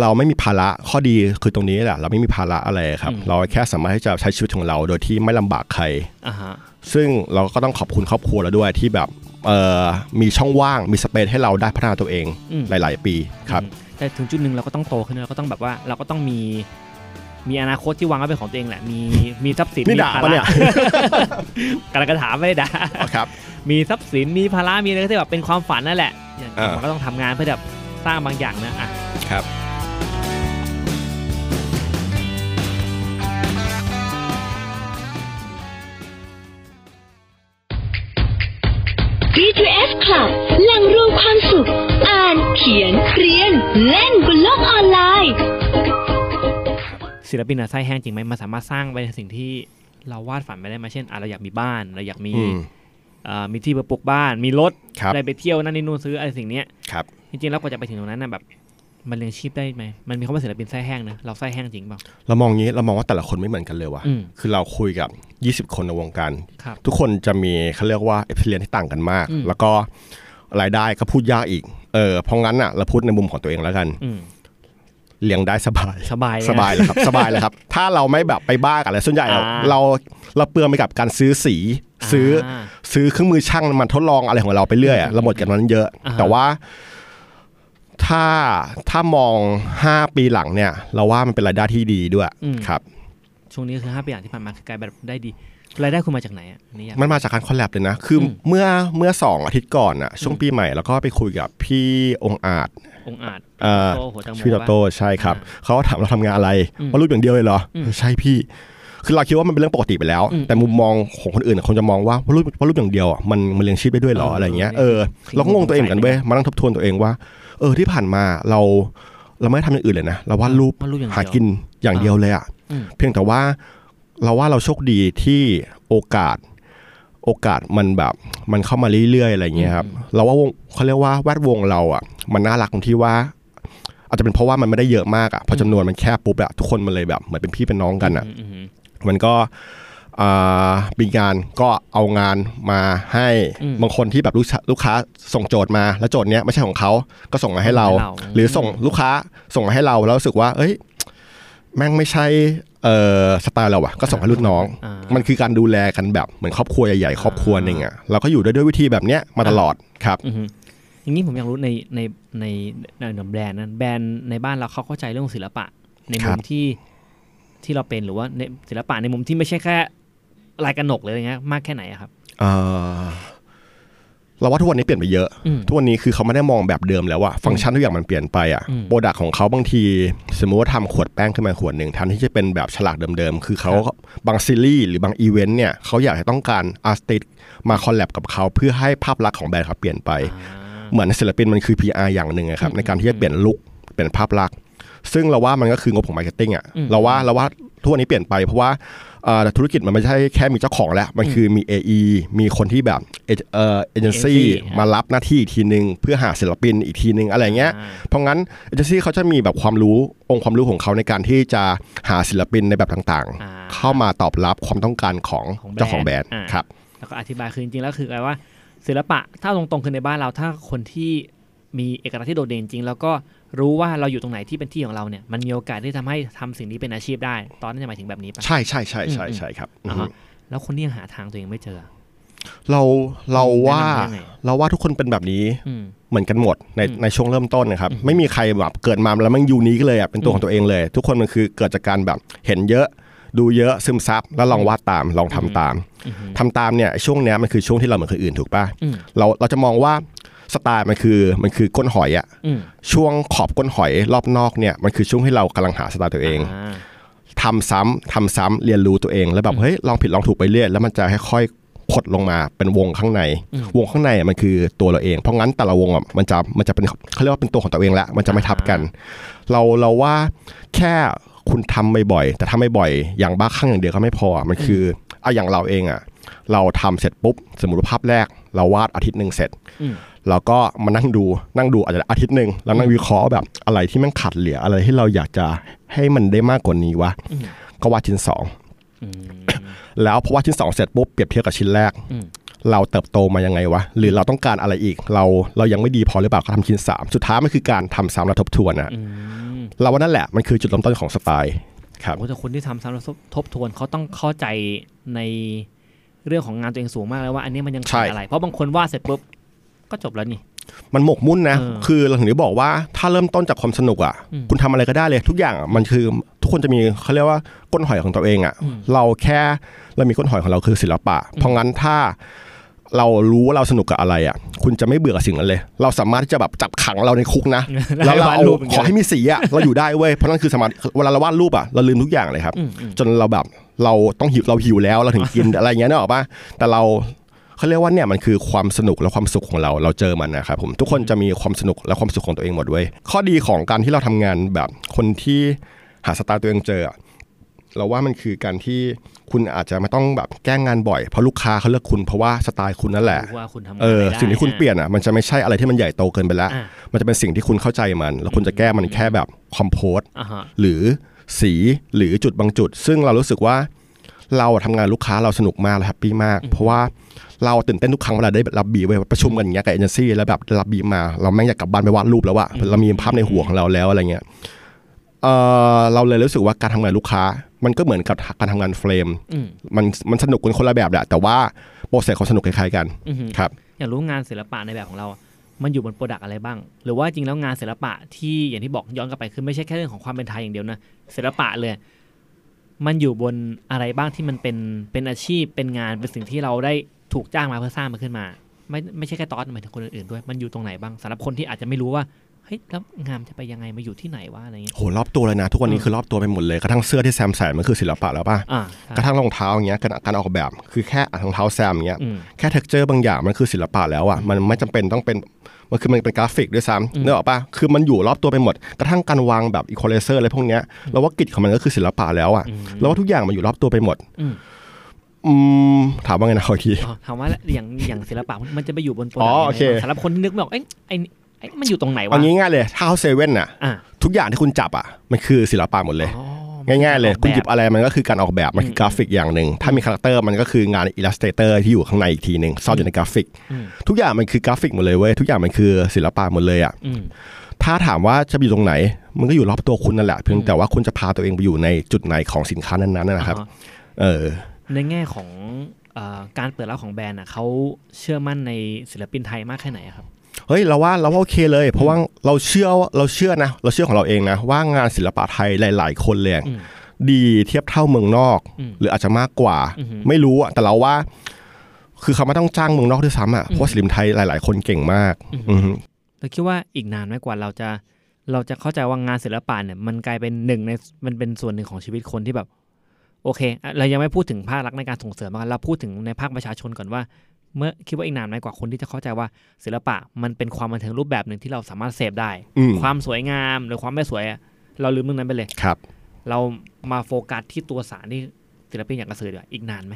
D: เราไม่มีภาระข้อดีคือตรงนี้แหละ เราไม่มีภาระอะไรครับ
C: อืม
D: เราแค่สามารถที่จะใช้ชีวิตของเราโดยที่ไม่ลำบากใคร
C: อ่าฮะ
D: ซึ่งเราก็ต้องขอบคุณครอบครัวเราด้วยที่แบบเออมีช่องว่างมีสเปซให้เราได้พัฒนาตัวเอง
C: อืม
D: หลาย ๆ ปีครับ
C: อืมแต่ถึงจุดหนึ่งเราก็ต้องโตขึ้นเราก็ต้องแบบว่าเราก็ต้องมีมีอนาคตที่วางไว้เป็นของตัวเองแหละ มีมีทรัพย์สิน
D: นี่ด่า
C: มีภ
D: ปะเนี่ย
C: กำลังจะถามไม่ได้ด่า
D: ครับ
C: มีทรัพย์สินมีภาระมีอะไรก็ที่แบบเป็นความฝันนั่นแหละอย่าง
D: อ่ามั
C: มันก็ต้องทำงานเพื่อแบบสร้างบางอย่างนะอ่ะ
D: ครับ
A: ขียนเครียน เล่นบนโลกออนไลน์
C: ศิลปินอะไส้แห้งจริงไหมมันสามารถสร้างไปในสิ่งที่เราวาดฝันไปได้ไหมาเช่นอ่ะเราอยากมีบ้านเราอยากมี
D: อืม
C: เอ่อมีที่ปลูกบ้าน มีรถ
D: ครับ
C: ได้ไปเที่ยวนั่นนี่นู่นซื้ออะไรสิ่งเนี้ย
D: ครับ
C: จริงๆแล้วกว่าจะไปถึงตรงนั้นน่ะแบบมันเลี้ยงชีพได้ไหมมันมีคำว่าศิลปินไส้แห้งนะเราไส้แห้งจริงเปล่า
D: เรามองอย่างนี้เรามองว่าแต่ละคนไม่เหมือนกันเลยว่ะ
C: อืม
D: คือเราคุยกับ 20 คนในวงการ
C: ครับ
D: ทุกคนจะมีเขาเรียกว่าเอฟเฟลที่ต่างกันมาก
C: อืม
D: แล้วก็รายได้ก็พูดยากอีกเออเพราะงั้นอ่ะเราพูดในมุมของตัวเองแล้วกัน
C: อืม
D: เลี้ยงได้สบาย
C: สบายเลยนะ
D: สบายเลยครับ [laughs] สบายเลยครับ ถ้าเราไม่แบบไปบ้ากับอะไรส่วนใหญ่เรา
C: อ่า
D: เราเราเปลืองไปกับการซื้อสี ซื้ออซื้อเครื่องมือช่างมันทดลองอะไรของเราไปเรื่อยอะเราหมดกับมันเยอะ
C: อ่าฮะ
D: แต่ว่าถ้าถ้ามอง 5 ปีหลังเนี่ย เราว่ามันเป็นรายได้ที่ดีด้วยครับ
C: ช่วงนี้คือห้าปีหลังที่ผ่านมาคือกลายแบบได้ดีรายได้คุณมาจากไหนอ่ะอันนี่อยาก
D: มันมาจากการคอลแลบเลยนะ คืออ
C: ม
D: เมื่อเมื่อสองอาทิตย์ก่อนอะช่วงปีใหม่แล้วก็ไปคุยกับพี่องค์อาจ
C: องค์อาจ
D: เอ่อ
C: โตหัวจังหวะ
D: ชื่อโตโต้ใช่ครับ เขาถามเราทำงานอะไร
C: อืม
D: ว่ารูปอย่างเดียวเลยเหรออ
C: ม
D: ใช่พี่ คือเราคิดว่ามันเป็นเรื่องปกติไปแล้ว
C: อืม
D: แต่มุมมองของคนอื่นคงจะมองว่าว่ารูปว่ารูปอย่างเดียวอะมันมันเลี้ยงชีพได้ด้วยเหรอ
C: เอออ
D: อะไรเงี้ย
C: เอ
D: เอ
C: อ
D: อ
C: จริง
D: เราก็งงตัวเองเหมือนกันเว้ยมานั่งทบทวนตัวเองว่า เออที่ผ่านมาเราเราไม่ได้ทำอย่างอื่นเลยนะเราวาดรูป
C: วาดรูปอย่างเดียว
D: หากินอย่างเดียวเลยอะ
C: อืม
D: เพียงแต่ว่าเราว่าเราโชคดีที่โอกาส โอกาสมันแบบมันเข้ามาเรื่อยๆอะไรอย่างเงี้ยครับเราว่าวงเขาเรียกว่าแวดวงเราอ่ะ มันน่ารักตรงที่ว่า อาจจะเป็นเพราะว่ามันไม่ได้เยอะมากอ่ะพอจำนวนมันแคบปุ๊บอะทุกคนมันเลยแบบเหมือนเป็นพี่เป็นน้องกันอ่ะ
C: อืมอืมอืม
D: มันก็อ่ามีงานก็เอางานมาให้
C: อืม
D: บางคนที่แบบลูกชะลูกค้าส่งโจทย์มา แล้วโจทย์เนี้ยไม่ใช่ของเขาก็ส่งมาให้เรา
C: ให้เรา
D: หรือส่งลูกค้าส่งมาให้เราแล้วรู้สึกว่า เอ้ย แม่งไม่ใช่เอ่อสไตล์เราอะก็ส่งให้รุ่นน้อง
C: อ่ามั
D: มันคือการดูแลกันแบบเหมือนครอบครัวใหญ่ๆครอบครัวหนึ่งอะเราก็อยู่ด้วยด้วยวิธีแบบเนี้ยมา
C: อ่า
D: ตลอดครับ
C: อือฮึอย่างนี้ผมอยากรู้ในในในในหนมแบรนด์นั้นแบรนด์ในบ้านเราเขาเข้าใจเรื่องศิลปะ ในมุ
D: ครั
C: ม
D: บ
C: ที่ที่เราเป็นหรือว่าในศิลปะในมุมที่ไม่ใช่แค่ลายกระหนกเลยอะไรเงี้ยมากแค่ไหนอะครับ
D: เอ่อเราว่าทุกวันนี้เปลี่ยนไปเยอะ
C: อืม
D: ทุกวันนี้คือเขาไม่ได้มองแบบเดิมแล้วอะฟังก์ชันทุกอย่างมันเปลี่ยนไปอะ
C: อืม
D: โปรดักของเขาบางที สมมติว่าทำขวดแป้งขึ้นมาขวดหนึ่งแทันที่จะเป็นแบบฉลากเดิมๆ คือเขาบางซีรีส์หรือบางอีเวนต์เนี่ยเขาอยากจะต้องการอาร์ติสมาคอลแลบกับเขาเพื่อให้ภาพลักษณ์ของแบรนด์เขาเปลี่ยนไป เหมือนศิลปินมันคือ PR อย่างหนึ่งอะครับในการที่จะเปลี่ยนลุคเปลี่ยนภาพลักษณ์ซึ่งเราว่ามันก็คืองบของมาร์เก็ตติ้งอะ
C: อืม
D: เราว่าเราว่าทุกวันนี้เปลี่ยนไปเพราะว่าเอ่อธุรกิจมันไม่ใช่แค่มีเจ้าของแล้ว มันคือมี AE มีคนที่แบบเอเอ่อเจนซี่มารับหน้าที่อีกทีนึง เพื่อหาศิลปินอีกทีนึงอะไรเงี้ย
C: อ่า
D: เพราะงั้นเอเจนซี่เขาจะมีแบบความรู้องค์ความรู้ของเขาในการที่จะหาศิลปินในแบบต่าง
C: อ่า
D: ๆ เข้ามาตอบรับความต้องการของ
C: ของแบรนด์
D: เจ้าของแบรนด์
C: อ่า
D: ครับ
C: แล้วก็อธิบายคือจริงๆแล้วคือแปลว่าศิลปะถ้าเอาตรงๆคือในบ้านเราถ้าคนที่มีเอกลักษณ์ที่โดดเด่นจริง แล้วก็รู้ว่าเราอยู่ตรงไหนที่เป็นที่ของเราเนี่ยมันมีโอกาสที่ทำให้ทำสิ่งนี้เป็นอาชีพได้ ตอนนั้นจะหมายถึงแบบนี้ปะ
D: ใช่ใช่ใช่ใช่
C: อืม
D: ใช่ครับ
C: อ่า
D: อือฮึ
C: ฮะแล้วคนที่ยังหาทางตัวเองไม่เจอ
D: เราเราว่า
C: แนะนำได้ไง
D: เราว่าทุกคนเป็นแบบนี้
C: อืม
D: เหมือนกันหมดใน
C: อืม
D: ในช่วงเริ่มต้นนะครับ ไม่มีใครแบบเกิดมาแล้วมันยูนิคเลยอ่ะเป็นตัว
C: อืม
D: ของตัวเองเลย ทุกคนมันคือเกิดจากการแบบเห็นเยอะ ดูเยอะซึมซับแล้วลองวาดตามลองทำตาม
C: อือหือ
D: ทำตามเนี่ยช่วงเนี้ยมันคือช่วงที่เราเหมือนคนอื่นถูกป่ะ
C: อืม
D: เราเราจะมองว่าสไตล์มันคือมันคือก้นหอยอ่ะ
C: อืม
D: ช่วงขอบก้นหอยรอบนอกเนี่ยมันคือช่วงที่เรากำลังหาสไตล์ตัวเอง
C: า
D: ทำซ้ำทำซ้ำเรียนรู้ตัวเองแล้วแบบเฮ้ยลองผิดลองถูกไปเรื่อยแล้วมันจะค่อยๆขดลงมาเป็นวงข้างใน
C: อืม
D: วงข้างในอ่ะมันคือตัวเราเองเพราะงั้นแต่ละวงอ่ะมันจะมันจะเป็นเขาเรียกว่าเป็นตัวของตัวเองละมันจะไม่ทับกัน เราเราว่าแค่คุณทำบ่อยๆแต่ทำบ่อยๆอย่างบ้าคลั่งอย่างเดียวก็ไม่พออ่ะมันคืออ่ะอย่างเราเองอ่ะ เราทำเสร็จปุ๊บสมมติว่าภาพแรก เราวาดอาทิตย์หนึ่งเสร็จ
C: อืม
D: เราก็มานั่งดูนั่งดูอาจจะอาทิตย์หนึ่งแล้วนั่งวิเคราะห์แบบอะไรที่มันขัดเหลืออะไรที่เราอยากจะให้มันได้มากกว่านี้วะ ก็วาดชิ้น
C: อืม
D: 2 แล้วพอวาดชิ้น 2 เสร็จปุ๊บเปรียบเทียบกับชิ้นแรก
C: อืม
D: เราเติบโตมายังไงวะ หรือเราต้องการอะไรอีก เราเรายังไม่ดีพอหรือเปล่าก็ทำชิ้น 3 สุดท้ายมันคือการทำซ้ำและทบทวนอะ
C: อืม
D: เราว่านั่นแหละมันคือจุดเริ่มต้นของสไตล์ครับ
C: โอ้แต่คนที่ทำซ้ำแล้วทบทวนเขาต้องเข้าใจในเรื่องของงานตัวเองสูงมากเลยว่า อันนี้มันยัง
D: ใช่
C: ขาดอะไร เพราะบางคนวาดเสร็จปุ๊บก็จบแล้วนี่
D: มันหมกมุ่นนะ
C: เออ
D: คือเราถึงได้บอกว่าถ้าเริ่มต้นจากความสนุกอะ่ะ
C: อืม
D: คุณทำอะไรก็ได้เลย ทุกอย่างอะมันคือทุกคนจะมีเขาเรียกว่าก้นหอยของตัวเองอะ่ะ เราแค่เรามีก้นหอยของเราคือศิลปะ เพราะงั้นถ้าเรารู้ว่าเราสนุกกับอะไรอะ่ะ คุณจะไม่เบื่อกับสิ่งนั้นเลย เราสามารถที่จะแบบจับขังเราในคุกนะ
C: [laughs] แล้
D: แล้ว ว
C: ให้
D: เรา
C: วาด
D: เอา
C: รูปอย่างเดียว
D: ขอให้มีสีอะ่ะ เราอยู่ได้เว้ย เพราะนั่นคือสมาธิเวลาเราวาดรูปอะ่ะ เราลืมทุกอย่างเลยครับ
C: อืมอืม
D: [laughs] จนเราแบบเราต้องหิวเราหิวแล้วเราถึงกิน อะไรอย่างเงี้ยนึกออกปะแต่เรา เขาเรียกว่าเนี่ยมันคือความสนุกและความสุขของเราเราเจอมันนะครับผมทุกคนจะมีความสนุกและความสุขของตัวเองหมดเว้ยข้อดีของการที่เราทำงานแบบคนที่หาสไตล์ตัวเองเจออะเราว่ามันคือการที่คุณอาจจะไม่ต้องแบบแกล้งงานบ่อยเพราะลูกค้าเขาเลือกคุณเพราะว่าสไตล์คุณนั่นแหละ
C: ว่าคุณทำงาน
D: เออ
C: ไม่ได้
D: สิ่งที่คุณเปลี่ยนอ่ะมันจะไม่ใช่อะไรที่มันใหญ่โตเกินไปแล้ว
C: อ่ะ
D: มันจะเป็นสิ่งที่คุณเข้าใจมัน แล้วคุณจะแก้มันแค่แบบคอมโพส
C: อ่าฮะ
D: หรือสีหรือจุดบางจุด ซึ่งเรารู้สึกว่าเราทำงานลูกค้าเราสนุกมากเราแฮปปี้มาก เพราะว่าเราตื่นเต้นทุกครั้งเวลาได้รับบีไว้ยประชุมกันอย่างเงี้ยกับเอเจนซี่แล้วแบบได้รับบีมา เราแม่งอยากกลับบ้านไปวาดรูปแล้วอะเรามีภาพในหัวของเราแล้วอะไรเงี้ยเออเราเลยรู้สึกว่าการทำงานลูกค้า มันก็เหมือนกับการทำงานเฟรม
C: อืม
D: มันมันสนุกกันคนละแบบแหละแต่ว่าโปรเซสของสนุกคล้ายๆกัน
C: อือหือ
D: ครับ
C: อยากรู้งานศิลปะในแบบของเราอะมันอยู่บนโปรดักอะไรบ้าง หรือว่าจริงแล้วงานศิลปะที่อย่างที่บอกย้อนกลับไปคือไม่ใช่แค่เรื่องของความเป็นไทยอย่างเดียวนะศิลปะเลย มันอยู่บนอะไรบ้างที่มันเป็นเป็นอาชีพเป็นงานเป็นสิ่งที่เราได้ถูกจ้างมาเพื่อสร้างมันขึ้นมา ไม่ไม่ใช่แค่ตอสหมายถึงคนอื่นๆด้วย มันอยู่ตรงไหนบ้างสำหรับคนที่อาจจะไม่รู้ว่าเฮ้ยแล้วงานจะไปยังไงมาอยู่ที่ไหนวะอะไรเงี้ย
D: โหรอบตัวเลยนะ ทุกวันนี้
C: อืม
D: คือรอบตัวไปหมดเลยกระทั่งเสื้อที่แซมใส่มันคือศิลปะแล้วป่ะ
C: อ่าก
D: ระทั่งรองเท้าอย่างเงี้ยการการออกแบบ คือแค่อ่ะรองเท้าแซมอย่างเงี้ย
C: อืม
D: แค่เท็กเจอร์บางอย่างมันคือศิลปะแล้วอ่ะมันไม่จำเป็นต้องเป็นมันคือมันเป็นกราฟิกด้วยซ้ำเนกออกป่ะคือมันอยู่รอบตัวไปหมด กระทั่งการวางแบบอีควอไลเซอร์อะไรพวกเนี้ยเราว่ากริจของมันก็คือศิลปะแล้วอ่ะ
C: อืม
D: เราว่าทุกอย่างมันอยู่รอบตัวไปหมด
C: อืม
D: อืมถามว่าไงนะขออีกที
C: อ๋อถามว่าอย่างอย่างศิลปะมันจะไปอยู่บนโปร
D: อ๋
C: ดัก
D: อ
C: ต์
D: โอ
C: ยัง
D: เค
C: ไงบ้างสำหรับคนที่นึกไม่ออกเอ้ยไอ้นี่ไอ้นี่มันอยู่ตรงไหนวะ
D: เอางี้ง่ายเลยถ้าเขาเซเว่นอ่ะ
C: อ่ะ
D: ทุกอย่างที่คุณจับอ่ะมันคือศิลปะหมดเลย
C: อ๋อมัน
D: ง่ายๆเลย
C: ออก
D: คุณหยิ
C: แบบ บ
D: อะไรมันก็คือการออกแบบมันคือกราฟิกอย่างหนึ่ง ถ้ามีคาแรคเตอร์มันก็คืองานอิลลัสเตอร์ที่อยู่ข้างในอีกทีหนึ่งซ่อนอยู่ในกราฟิก
C: อืม
D: ทุกอย่างมันคือกราฟิกหมดเลยเว้ยทุกอย่างมันคือศิลปะหมดเลยอ่ะ
C: อืม
D: ถ้าถามว่าจะไปอยู่ตรงไหน มันก็อยู่รอบตัวคุณนั่นแหละเพียงแต่ว่าคุณจะพาตัวเองไปอยู่ในจุดไหนของสินค้านั้นๆนะนะครับ
C: อ่าฮะ
D: เออ
C: ในแง่ของเออการเปิดรับของแบรนด์อะเขาเชื่อมั่นในศิลปินไทยมากแค่ไหนอะครับ
D: เฮ้ยเราว่าเราว่าโอเคเลย เพราะว่าเราเชื่อว่าเราเชื่อนะ เราเชื่อของเราเองนะ ว่างานศิลปะไทยหลาย ๆ คนเลยอะ
C: อืม
D: ดีเทียบเท่าเมืองนอก
C: อืม
D: หรืออาจจะมากกว่า
C: อือหือ
D: ไม่รู้อะแต่เราว่า คือเขาไม่ต้องจ้างเมืองนอกด้วยซ้ำอะเพราะว่าศิลปินไทยหลาย ๆ คนเก่งมาก
C: อือหือ
D: อือหือ
C: เราคิดว่าอีกนานไหมกว่าเราจะเราจะเข้าใจว่างานศิลปะเนี่ยมันกลายเป็นหนึ่งในมันเป็นส่วนหนึ่งของชีวิตคนที่แบบ โอเคอ่ะเรายังไม่พูดถึงภาครัฐในการส่งเสริมแล้วกันเราพูดถึงในภาคประชาชนก่อนว่า เมื่อคิดว่าอีกนานไหมกว่าคนที่จะเข้าใจว่าศิลปะมันเป็นความบันเทิงรูปแบบหนึ่งที่เราสามารถเสพได้
D: อืม
C: ความสวยงามหรือความไม่สวยอะเราลืมเรื่องนั้นไปเลย
D: ครับ
C: เรามาโฟกัสที่ตัวสารที่ศิลปินอยากกระสือดีกว่าอีกนานไหม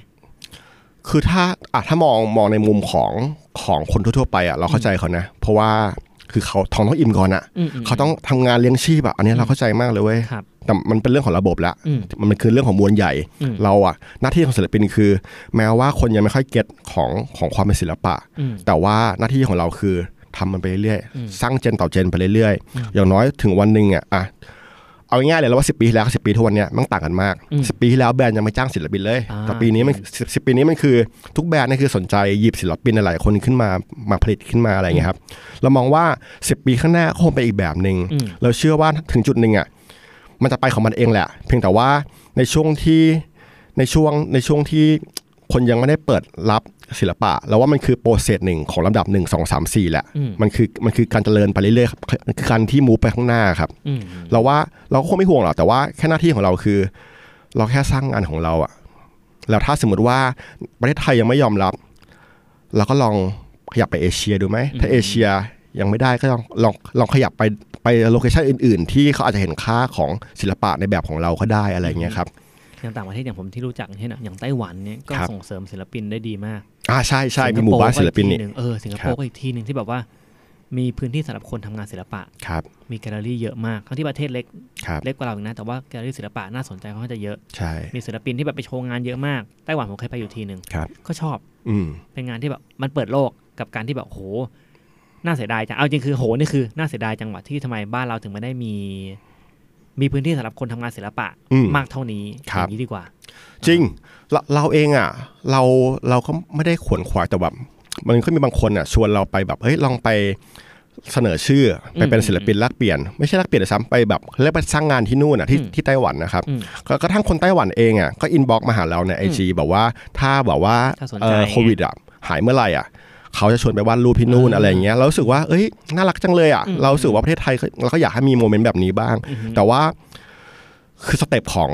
D: คือถ้าอ่ะถ้ามองมองในมุมของของคนทั่ว ๆ ไปอะเราเข้าใจเขานะ เพราะว่าคือเขาท้องต้องอิ่มก่อนอะเขาต้องทำงานเลี้ยงชีพอะอันนี้เราเข้าใจมากเลยเว้ย
C: ครับ
D: แต่มันเป็นเรื่องของระบบละ
C: อืม
D: มันคือเรื่องของมวลใหญ่
C: อืม
D: เราอะหน้าที่ของศิลปินคือ แม้ว่าคนยังไม่ค่อยเก็ตของของความเป็นศิลปะ
C: อืม
D: แต่ว่าหน้าที่ของเราคือทำมันไปเรื่อย
C: อืม
D: ๆสร้างเจนต่อเจนไปเรื่อย
C: อืม
D: ๆ อย่างน้อยถึงวันหนึ่งอะอะเอาง่ายๆเลยแล้วว่าสิปีที่แล้วกับสิปีทุกวันเนี้ยมันต่างกันมาก
C: อืม
D: สิปีที่แล้วแบรนด์ยังไม่จ้างศิลปินเลย
C: อ่า
D: แต่ปีนี้มันสิปีนี้มันคือทุกแบรนด์นี่คือสนใจหยิบศิลปินหลายๆคนขึ้นมามาผลิตขึ้นมาอะไรอย่างเงี้ยครับเรามองว่าสิปีข้างหน้าก็คงไปนอีกแบบหนึ่ง
C: อืม
D: เราเชื่อว่าถึงจุดหนึ่งอ่ะมันจะไปของมันเองแหละ เพียงแต่ว่าในช่วงที่ในช่วงในช่วงที่คนยังไม่ได้เปิดรับศิลปะ แล้วว่ามันคือโปรเซสหนึ่งของลำดับหนึ่งสองสามสี่แหละ
C: อืม
D: มันคือมันคือการเจริญไปเรื่อยๆครับมันคือการที่มูฟไปข้างหน้าครับ
C: อืม
D: เราว่าเราก็คงไม่ห่วงหรอกแต่ว่าแค่หน้าที่ของเราคือ เราแค่สร้างงานของเราอะแล้วถ้าสมมติว่าประเทศไทยยังไม่ยอมรับ เราก็ลองขยับไปเอเชียดูไหมถ้าเอเชียยังไม่ได้ก็ลองลองลองขยับไปไปโลเคชันอื่น ๆ ที่เขาอาจจะเห็นค่าของศิลปะในแบบของเราก็ได้อะไรอย่างเงี้ยครับ
C: อย่างต่างประเทศอย่างผมที่รู้จักเช่นอะอย่างไต้หวันเนี่ยก็
D: ครับ
C: ส่งเสริมศิลปินได้ดีมาก
D: อ่าใช่ใช่มี
C: สิงค
D: ห
C: โป
D: มู่
C: ร์
D: บ้านศิลปิน
C: ก็อีก
D: นี่
C: ทีหงเออสิงคโป
D: ครั
C: ร์
D: บ
C: ก็อีกที่หนึ่งที่แบบว่า มีพื้นที่สำหรับคนทำงานศิลปะ
D: ครับ
C: มีแกลเลอรี่เยอะมากทั้งที่ประเทศเล็ก
D: ครับ
C: เล็กกว่าเราอีกนะแต่ว่าแกลเลอรี่ศิลปะน่าสนใจค่อนข้างจะเยอะ
D: ใช่
C: มีศิลปินที่แบบไปโชว์งานเยอะมากไต้หวันผมเคยไปอยู่ทีหนึ่ง
D: ครับ
C: ก็ชอบ
D: อืม
C: เป็นงานที่แบบมันเปิดโลกกับการที่แบบโหน่าเสียดายจังเอาจริงคือโหนี่คือน่าเสียดายจังหวัดที่ทำไมบ้านเราถึงไม่ได้มี มีพื้นที่สำหรับคนทำงานศิลปะ
D: อืม
C: มากเท่านี้อ
D: ครับ
C: ย่างนี้ดีกว่า
D: จริงเราเราเองอ่ะเราเราก็ไม่ได้ขวนขวายแต่แบบมันก็มีบางคนอ่ะชวนเราไปแบบเฮ้ยลองไปเสนอชื่อไปเป็นศิลปินแลกเปลี่ยน ไม่ใช่แลกเปลี่ยนด้วยซ้ำไปแบบเขาเรียกไปสร้างงานที่นู่นอ่ะที่
C: อืม
D: ที่ไต้หวันนะครับ
C: อืม
D: ก็กระทั่งคนไต้หวันเองอ่ะก็อินบ็อกมาหาเราในไอจีแบบว่าถ้าแบบว่า
C: ถ้าสนใจ
D: เอ่อโควิดอ่ะหายเมื่อไหร่อ่ะเขาจะชวนไปวาดรูปที่นู่น
C: อ่า
D: อะไรอย่างเงี้ยเรารู้สึกว่าเอ้ยน่ารักจังเลยอ่ะ
C: อืม
D: เรารู้สึกว่าประเทศไทยก็เราก็อยากให้มีโมเมนต์แบบนี้บ้าง
C: อือฮึ
D: แต่ว่าคือสเต็ปของ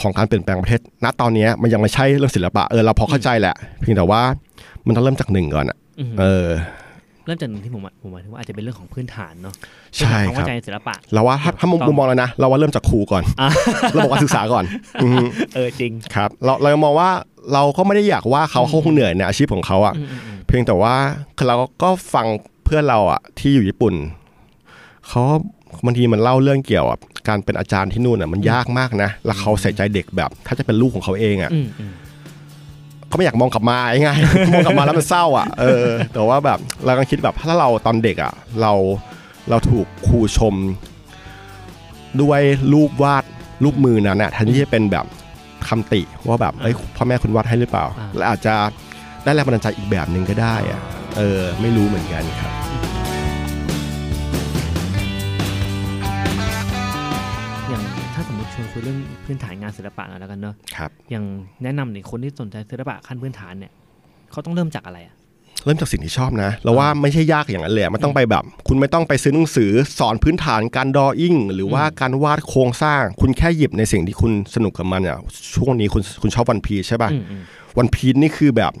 D: ของการเปลี่ยนแปลงประเทศ ณตอนเนี้ยมันยังไม่ใช่เรื่องศิลปะเออเราพอเข้าใจแหละ เพียงแต่ว่า มันต้องเริ่มจากหนึ่งก่อนอะ
C: อืม
D: เออ
C: เริ่มจากหนึ่งที่ผมว่าผมหมายถึงว่าอาจจะเป็นเรื่องของพื้นฐานเนาะ
D: ใช่
C: เองของความ
D: ครั
C: เข้า
D: บ
C: ใจในศิลปะ
D: เราว่าถ้าถ้ามุม
C: ถูกต้อง
D: มุมมองแล้วนะ เราว่าเริ่มจากครูก่อน
C: อ่ะ
D: ระบบการศึกษาก่อนอือฮึ
C: เออจริง
D: ครับ เราเรามองว่าเราก็ไม่ได้อยากว่าเขาเขาคงเหนื่อยในอาชีพของเขาอ่ะ
C: อืมอืมอืม
D: เพียงแต่ว่าคือเราก็ฟังเพื่อนเราอ่ะที่อยู่ญี่ปุ่นเขาบางทีมันเล่าเรื่องเกี่ยวกับการเป็นอาจารย์ที่นู่นอ่ะมันยากมากนะ แล้วเขาใส่ใจเด็กแบบ ถ้าจะเป็นลูกของเขาเองอ่ะ
C: อืมอืม
D: เขาไม่อยากมองกลับมาง่าย [laughs] ๆ มองกลับมาแล้วมันเศร้าอ่ะเออ แต่ว่าแบบเรากำลังคิดแบบถ้าเราตอนเด็กอ่ะ เราเราถูกครูชม ด้วยรูปวาดรูปมือนั้นน่ะแทันที่จะเป็นแบบคำติว่าแบบเอ้ยพ่อแม่คุณวาดให้หรือเปล่า และอาจจะได้แรงบันดาลใจอีกแบบหนึ่งก็ได้อ่ะเออ ไม่รู้เหมือนกันครับ
C: อย่างถ้าสมมติชวนคุยเรื่องพื้นฐานงานศิลปะหน่อยแล้วกันเนาะ
D: ครับ
C: อย่างแนะนำหน่อยคนที่สนใจศิลปะขั้นพื้นฐานเนี่ยเขาต้องเริ่มจากอะไรอ่ะ
D: เริ่มจากสิ่งที่ชอบนะ เราว่าไม่ใช่ยากอย่างนั้นเลยอะมันต้องไปแบบ คุณไม่ต้องไปซื้อหนังสือสอนพื้นฐานการดออิ่งหรือว่าการวาดโครงสร้าง คุณแค่หยิบในสิ่งที่คุณสนุกกับมันอ่ะช่วงนี้คุณคุณชอบวันพีใช่ป่ะ
C: อืมอืม
D: วันพีนี่คือแบบ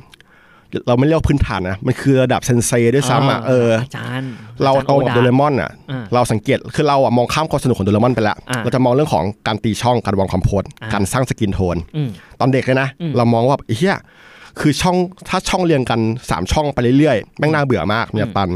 D: เราไม่เรียกว่าพื้นฐานนะมันคือระดับเซนเซด้วยซ้ำอ่ะเออ
C: จารย์
D: เราโตกับโดเร
C: ม
D: มอนอ่ะ
C: อ่า
D: เราสังเกต คือเราอ่ะมองข้ามความสนุกของโดเรมอนไปแล้ว
C: อ่า
D: เราจะมองเรื่องของการตีช่อง การวางความโพส
C: อ่า
D: การสร้างสกินโทน
C: อืม
D: ตอนเด็กเลยนะ
C: อืม
D: เรามองว่าแบบเฮียคือช่อง ถ้าช่องเรียงกัน 3 ช่องไปเรื่อยๆ แม่งน่าเบื่อมากเนี่ยตัน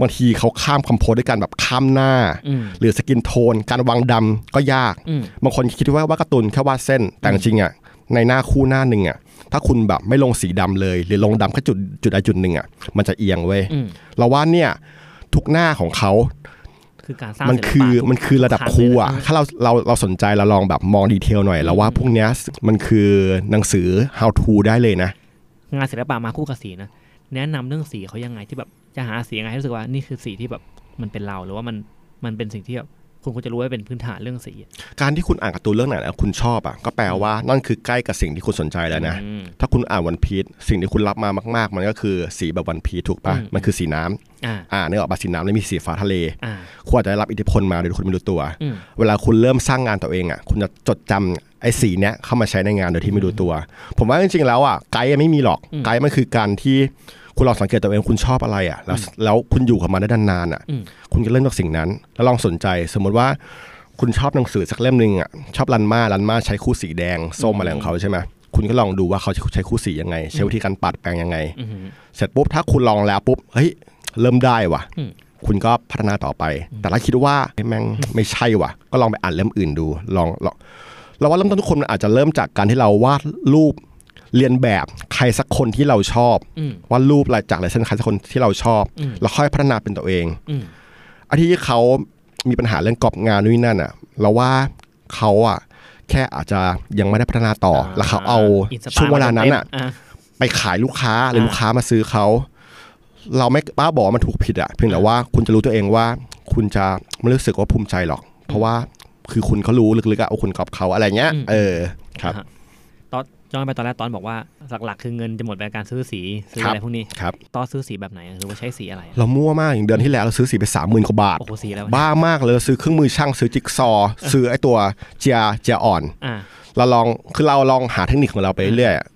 D: บางทีเขาข้ามคำโพสด้วยกันแบบข้ามหน้า
C: อืม
D: หรือสกินโทน การวางดำก็ยาก
C: อืม
D: บางคนคิดว่าว่าการ์ตูนแค่วาดเส้น แต่จริงๆอ่ะ ในหน้าคู่หน้าหนึ่งอ่ะ ถ้าคุณแบบไม่ลงสีดำเลย หรือลงดำแค่จุดจุดใดจุดหนึ่งอ่ะ มันจะเอียงเว้ย
C: อืม
D: เราว่าเนี่ยทุกหน้าของเขา
C: คือการสร้าง
D: มัน
C: ศิลปะ
D: คือมันคือระดับครูอ่ะ
C: ขาดเลยนะ
D: ถ้าเราเราเราสนใจเราลองแบบมองดีเทลหน่อยแล้วว่าพวกเนี้ยมันคือหนังสือ how to ได้เลยนะ
C: งานศิลปะมาคู่กับสีนะแนะนำเรื่องสีเขายังไงที่แบบจะหาสียังไงให้รู้สึกว่านี่คือสีที่แบบมันเป็นเราหรือว่ามันมันเป็นสิ่งที่แบบคุณควรจะรู้ว่าเป็นพื้นฐานเรื่องสีอะ
D: การที่คุณอ่านการ์ตูนเรื่องไหนแล้วคุณชอบอ่ะก็แปลว่านั่นคือใกล้กับสิ่งที่คุณสนใจแล้วนะ
C: อืม
D: ถ้าคุณอ่านวันพี e สิ่งที่คุณรับมามากๆ มันก็คือสีแบบวันพี e ถูกปะ
C: อืม
D: มันคือสีน้ำ
C: อ่า
D: อ่านึกออกปะสีน้ำแล้วมีสีฟ้าทะเล
C: อ่า
D: คุณอาจจะได้รับอิทธิพลมาโดยที่คุณไม่รู้ตัว
C: อืม
D: เวลาคุณเริ่มสร้างงานตัวเองอ่ะคุณจะจดจำไอ้สีเนี้ยเข้ามาใช้ในงานโดยที่ไม่รู้ตัว ผมว่าจริงๆแล้วอ่ะไกด์ไม่มีหรอกไกด์มันคือการที่คุณลองสังเกตตัวเองคุณชอบอะไรอ่ะแล้วแล้วคุณอยู่กับมันได้นานๆอ่ะ
C: อืม
D: คุณก็เริ่มจากสิ่งนั้น แล้วลองสนใจ สมมติว่าคุณชอบหนังสือสักเล่มหนึ่งอ่ะชอบลันมาลันมาใช้คู่สีแดงส้มอะไรของเขาใช่ไหมคุณก็ลองดูว่าเขาใช้คู่สียังไง ใช้วิธีการปัดแปลงยังไง
C: อืม
D: เสร็จปุ๊บถ้าคุณลองแล้วปุ๊บเฮ้ยเริ่มได้ว่ะ
C: อืม
D: คุณก็พัฒนาต่อไป แต่ถ้าคิดว่าเฮ้ยแม่งไม่ใช่ว่ะ ก็ลองไปอ่านเล่มอื่นดูลองลองเราว่าเริ่มต้นทุกคนมันอาจจะเริ่มจากการที่เราวาดรูปเรียนแบบใครสักคนที่เราชอบ
C: อืม
D: วาดรูปลายจากลายเส้นใครสักคนที่เราชอบ
C: อืม
D: แล้วค่อยพัฒนาเป็นตัวเอง
C: อืม
D: อันที่เขามีปัญหาเรื่องกรอบงานนู่นนนั่นอ่ะ เราว่าเขาอ่ะแค่อาจจะยังไม่ได้พัฒนาต่ออแล้วเขาเอา
C: นสปร์
D: ช่วงเวลานั้นอ่ะ
C: อ่า
D: ไปขายลูกค้าหรือ
C: อ่า
D: ลูกค้ามาซื้อเขา เราไม่ป้าบอกว่ามันถูกผิดอะเพียงแต่ว่าคุณจะรู้ตัวเองว่า คุณจะไม่รู้สึกว่าภูมิใจหรอก เพราะว่าคือคุณเขารู้ลึกๆอะว่าคุณกอบเขาอะไรเงี้ย เออครับ
C: ตอนย้อนไปตอนแรกตอนบอกว่าหลักๆ คือเงินจะหมดไปกับการซื้อสีซื้ออะไร
D: ครับ
C: พวกนี้
D: ครับ
C: ตอนซื้อสีแบบไหนอะหรือว่าใช้สีอะไรอะ
D: เรามั่วมากอย่างเดือนที่แล้วเราซื้อสีไปสามหมื่นกว่าบาท
C: โอ้โหสีอะไรวะ
D: บ้ามากเลยเราซื้อเครื่องมือช่างซื้อจิ๊กซอว์ซื้อไอตัวเจียเจียอ่อน
C: อ่า
D: เราลองคือเราลองหาเทคนิคของเราไปเรื่อยอะ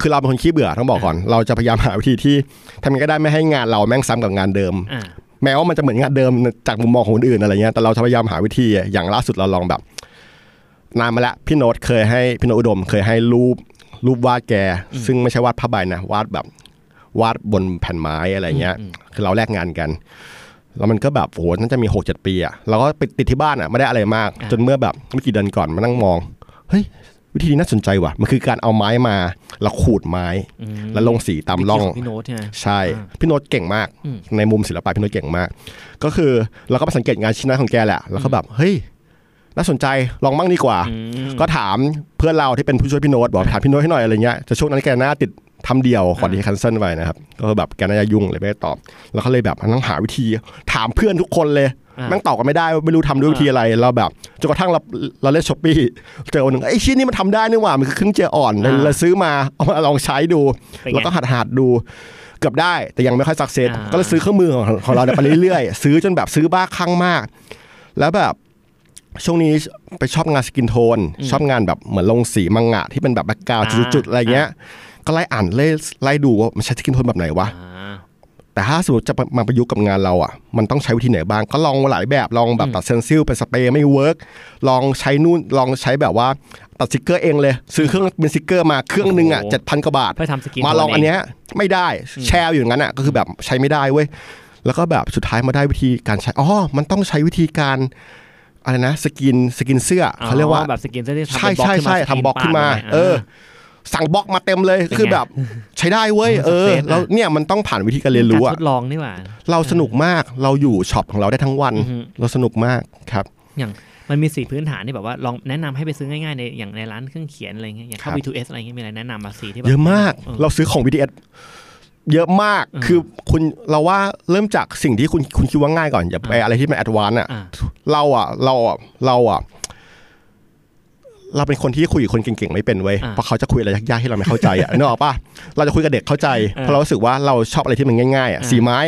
D: คือเราเป็นคนขี้เบื่อต้องบอกก่อน เราจะพยายามหาวิธีที่ทำยังไงก็ได้ไม่ให้งานเราแม่งซ้ำกับงานเดิม
C: อ่า
D: แม้ว่ามันจะเหมือนงานเดิมจากมุมมองของคนอื่นอะไรเงี้ย แต่เราจะพยายามหาวิธีอะอย่างล่าสุดเราลองแบบ นานมาแล้วพี่โน้ตเคยให้พี่โน้ตอุดม เคยให้รูปรูปวาดแก ซึ่งไม่ใช่วาดผ้าใบนะวาดแบบวาดบนแผ่นไม้อะไรเงี้ย คือเราแลกงานกัน แล้วมันก็แบบโหน่าจะมีหกเจ็ดปีอะเราก็ไปติดที่บ้านอะไม่ได้อะไรมาก
C: อ่า
D: จนเมื่อแบบไม่กี่เดือนก่อนมานั่งมองเฮ้ยวิธีนี้น่าสนใจว่ะมันคือการเอาไม้มาแล้วขูดไม้ แล้วลงสีตามร่อง
C: เมื่กี้ขพี่โน้ตใช่ไหม
D: ใช่
C: อ่า
D: พี่โน้ตเก่งมาก
C: อืม
D: ในมุมศิลปะพี่โน้ตเก่งมาก ก็คือเราก็ไปสังเกตงานชิ้นนั้นของแกแหละ แล้วก็แบบ เฮ้ย น่าสนใจ ลองบ้างดีกว่า
C: อืม
D: ก็ถามเพื่อนเราที่เป็นผู้ช่วยพี่โน้ตบอกถามพี่โน้ตให้หน่อยอะไรเงี้ยแต่ช่วงนั้นแกหน้าติดทำเดียวขอดีคันเซิลไปนะครับก็คือแบบแกน่าจะยุ่งเลยไม่ได้ตอบ แล้วก็เลยแบบนั่งหาวิธี ถามเพื่อนทุกคนเลย
C: อ่า
D: แม่งตอบกันไม่ได้ไม่รู้ทำด้วยวิธีอะไรเราแบบจนกระทั่งเราเราเล่นช้อปปี้เจอคนหนึ่งไอ้ยชิ้นนี้มันทำได้นี่หว่ามันคือเครื่องเจียอ่อนเลยเราซื้อมาเอามาลองใช้ดู
C: เป็นไง
D: แล้วก็หัดหัดดูเกือบได้แต่ยังไม่ค่อยสักเซส
C: อ่า
D: ก็เลยซื้อเครื่องมือของของเราเนี่ยไปเรื่อยๆ ซื้อจนแบบซื้อบ้าคลั่งมาก แล้วแบบ ช่วงนี้ไปชอบงานสกินโทน ชอบงานแบบเหมือนลงสีมังงะที่เป็นแบบแบ็กกราวด์
C: อ่า
D: จุดๆอะไรเงี้ย ก็ไล่อ่านไล่ไล่ดูว่ามันใช้สกินโทนแบบไหนวะ
C: อ่า
D: แต่ถ้าสมมติจะมาประยุกต์กับงานเราอ่ะ มันต้องใช้วิธีไหนบ้าง ก็ลองหลายแบบ ลองแบบตัดเซนซิลเป็นสเปรย์ไม่เวิร์กลองใช้นู่น ลองใช้แบบว่าตัดสติกเกอร์เองเลย ซื้อเครื่องเป็นสติกเกอร์มาเครื่องหนึงอ่ะ
C: โอ้
D: เจ็ดพันกว่าบาท
C: เพื่อทำสกิน
D: มาลองอันเนี้ยไม่ได้แชร์อยู่อย่างนั้นอ่ะก็คือแบบใช้ไม่ได้เว้ย แล้วก็แบบสุดท้ายมาได้วิธีการใช้ อ๋อ มันต้องใช้วิธีการอะไรนะ สกิน สกินเสื้ออเขาเรียกว่า
C: แบบสกินเสื้อที่ทำ
D: ใช่
C: เป็นบล็อก
D: ใช่
C: ขึ้นมา
D: ใช่ทำบล็อกขึ้นมา
C: สกรีนปาด
D: เออ
C: ะ
D: สั่งบล็อกมาเต็มเลย
C: เป็นไง
D: คือแบบใช้ได้เว้ยเออ
C: success นะ
D: แล้วเนี่ยมันต้องผ่านวิธีการเรียนรู้
C: กา
D: อะ
C: ทดลองนี่หว่า
D: เราสนุกมากเราอยู่ช็อปของเราได้ทั้งวัน
C: อือฮึ
D: เราสนุกมากครับ
C: อย่างมันมีสีพื้นฐานที่แบบว่าลองแนะนำให้ไปซื้อง่ายๆในอย่างในร้านเครื่องเขียนอะไรเงี้ยอย่างเข้า
D: ครับ
C: B2S อะไรเงี้ยมีอะไรแนะนำมาสีที่แบบ
D: เยอะมาก
C: เออ
D: เราซื้อของ BTS เยอะมาก
C: อืม
D: คือคุณเราว่าเริ่มจากสิ่งที่คุณคุณคิดว่าง่ายก่อนอย่าไปอะไรที่มันแอดวานซ์อ่ะ
C: อ่า
D: เราอ่ะเราอ่ะเราอ่ะเราเป็นคนที่คุยกับคนเก่งๆไม่เป็นเว้ยเพราะเขาจะคุยอะไรยากๆที่เราไม่เข้าใจ [laughs] อ่ะ นึกออกปะเราจะคุยกับเด็กเข้าใจเพราะเรารู้สึกว่าเราชอบอะไรที่มันง่ายๆอ่ะสีไม้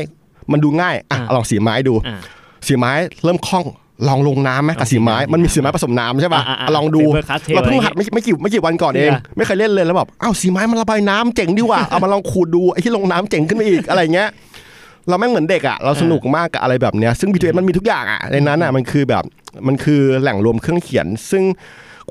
D: มันดูง่ายอ่ะลองสีไม้ดู
C: อ่ะ
D: สีไม้เริ่มคล่องลองลงน้ำไหมกับสีไม้มันมีสีไม้ผสมน้ำใช่ป่ะ
C: อ่าอ่าอ่า
D: อ่ะลองดู
C: Silver Cut Tail
D: เราเพิ่งหัดไม่ไม่กี่ไม่กี่วันก่อนเอง
C: อ่ะ
D: ไม่เคยเล่นเลยแล้วแบบอ้าวสีไม้มันระบายน้ำเจ๋งดีว่ะ [laughs] เอามาลองขูดดูไอ้ที่ลงน้ำเจ๋งขึ้นมาอีกอะไรเงี้ย เราแม่งเหมือนเด็กอ่ะเราสนุกมากกับอะไรแบบเนี้ยซึ่ง B2S มันมีทุกอย่างอ่ะในนั้นอ่ะมันคือแบบมันคือแหล่งรวมเครื่องเขียน ซึ่ง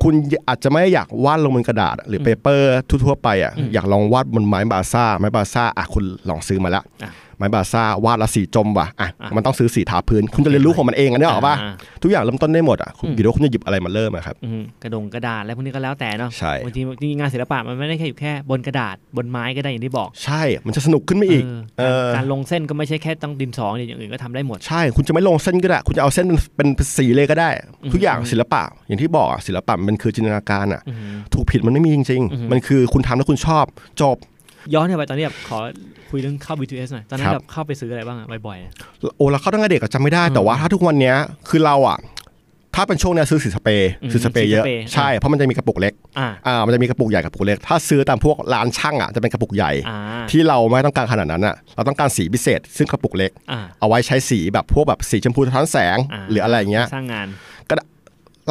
D: คุณอาจจะไม่อยากวาดลงบนกระดาษ หรือเปเปอร์ทั่วๆไปอ่ะอยากลองวาดบนไม้บาซ่าไม้บาซ่าอ่ะคุณลองซื้อมาละ
C: อ่ะ
D: ไม้บาซ่าวาดละสีจมว่ะอ่ะ
C: อ่ะ
D: มันต้องซื้อสีทาพื้น คุณจะเรียนรู้ของมันเองอันนี้ออกป่ะ ทุกอย่างเริ่มต้นได้หมดอ่ะคุณ
C: อืม
D: คิดว่าคุณจะหยิบอะไรมาเริ่มอะครับ
C: อืมกระดงกระดาษอะไรพวกนี้ก็แล้วแต่เนาะ
D: ใช่
C: บางทีจริงๆงานศิลปะมันไม่ได้แค่อยู่แค่บนกระดาษบนไม้ก็ได้อย่างที่บอก
D: ใช่ มันจะสนุกขึ้นมาอีก
C: เออ
D: เออ
C: การลงเส้นก็ไม่ใช่แค่ต้องดินสออย่างอื่นก็ทำได้หมด
D: ใช่ คุณจะไม่ลงเส้นก็ได้ คุณจะเอาเส้นเป็นเป็นสีเลยก็ได้
C: อืม
D: ทุกอย่างศิลปะ อย่างที่บอกอะศิลปะมันคือจินตนาการอ่ะ
C: อือหือ
D: ถูกผิดมันไม่มีจริง
C: อือฮึ
D: ๆ มันคือคุณทำแล้วคุณชอบจบ
C: ย้อนกลับไปตอนนี้แบบขอคุยเรื่องเข้า B2S หน่อยตอนนั้
D: ค
C: น
D: รับ
C: แบบเข้าไปซื้ออะไรบ้างอะบ่อยๆอะ
D: โอ้เราเข้าตั้งแต่เด็กอะจำไม่ได้
C: อืม
D: แต่ว่าถ้าทุกวันเนี้ยคือเราอ่ะ ถ้าเป็นช่วงเนี้ยซื้อสีสเปรย์
C: อืม
D: ซื้อสเปรย์เยอะ
C: สีสเปรย์
D: ใช่ เพราะมันจะมีกระปุกเล็ก
C: อ่า
D: อ่า มันจะมีกระปุกใหญ่กับกระปุกเล็ก ถ้าซื้อตามพวกร้านช่างอ่ะจะเป็นกระปุกใหญ่
C: อ่า
D: ที่เราไม่ต้องการขนาดนั้นอ่ะ เราต้องการสีพิเศษ ซึ่งกระปุกเล็ก
C: อ่า
D: เอาไว้ใช้สีแบบพวกแบบสีชมพูสะท้อนแสง
C: อ่า
D: หรืออะไรอย่างเงี้ย
C: สร้างงาน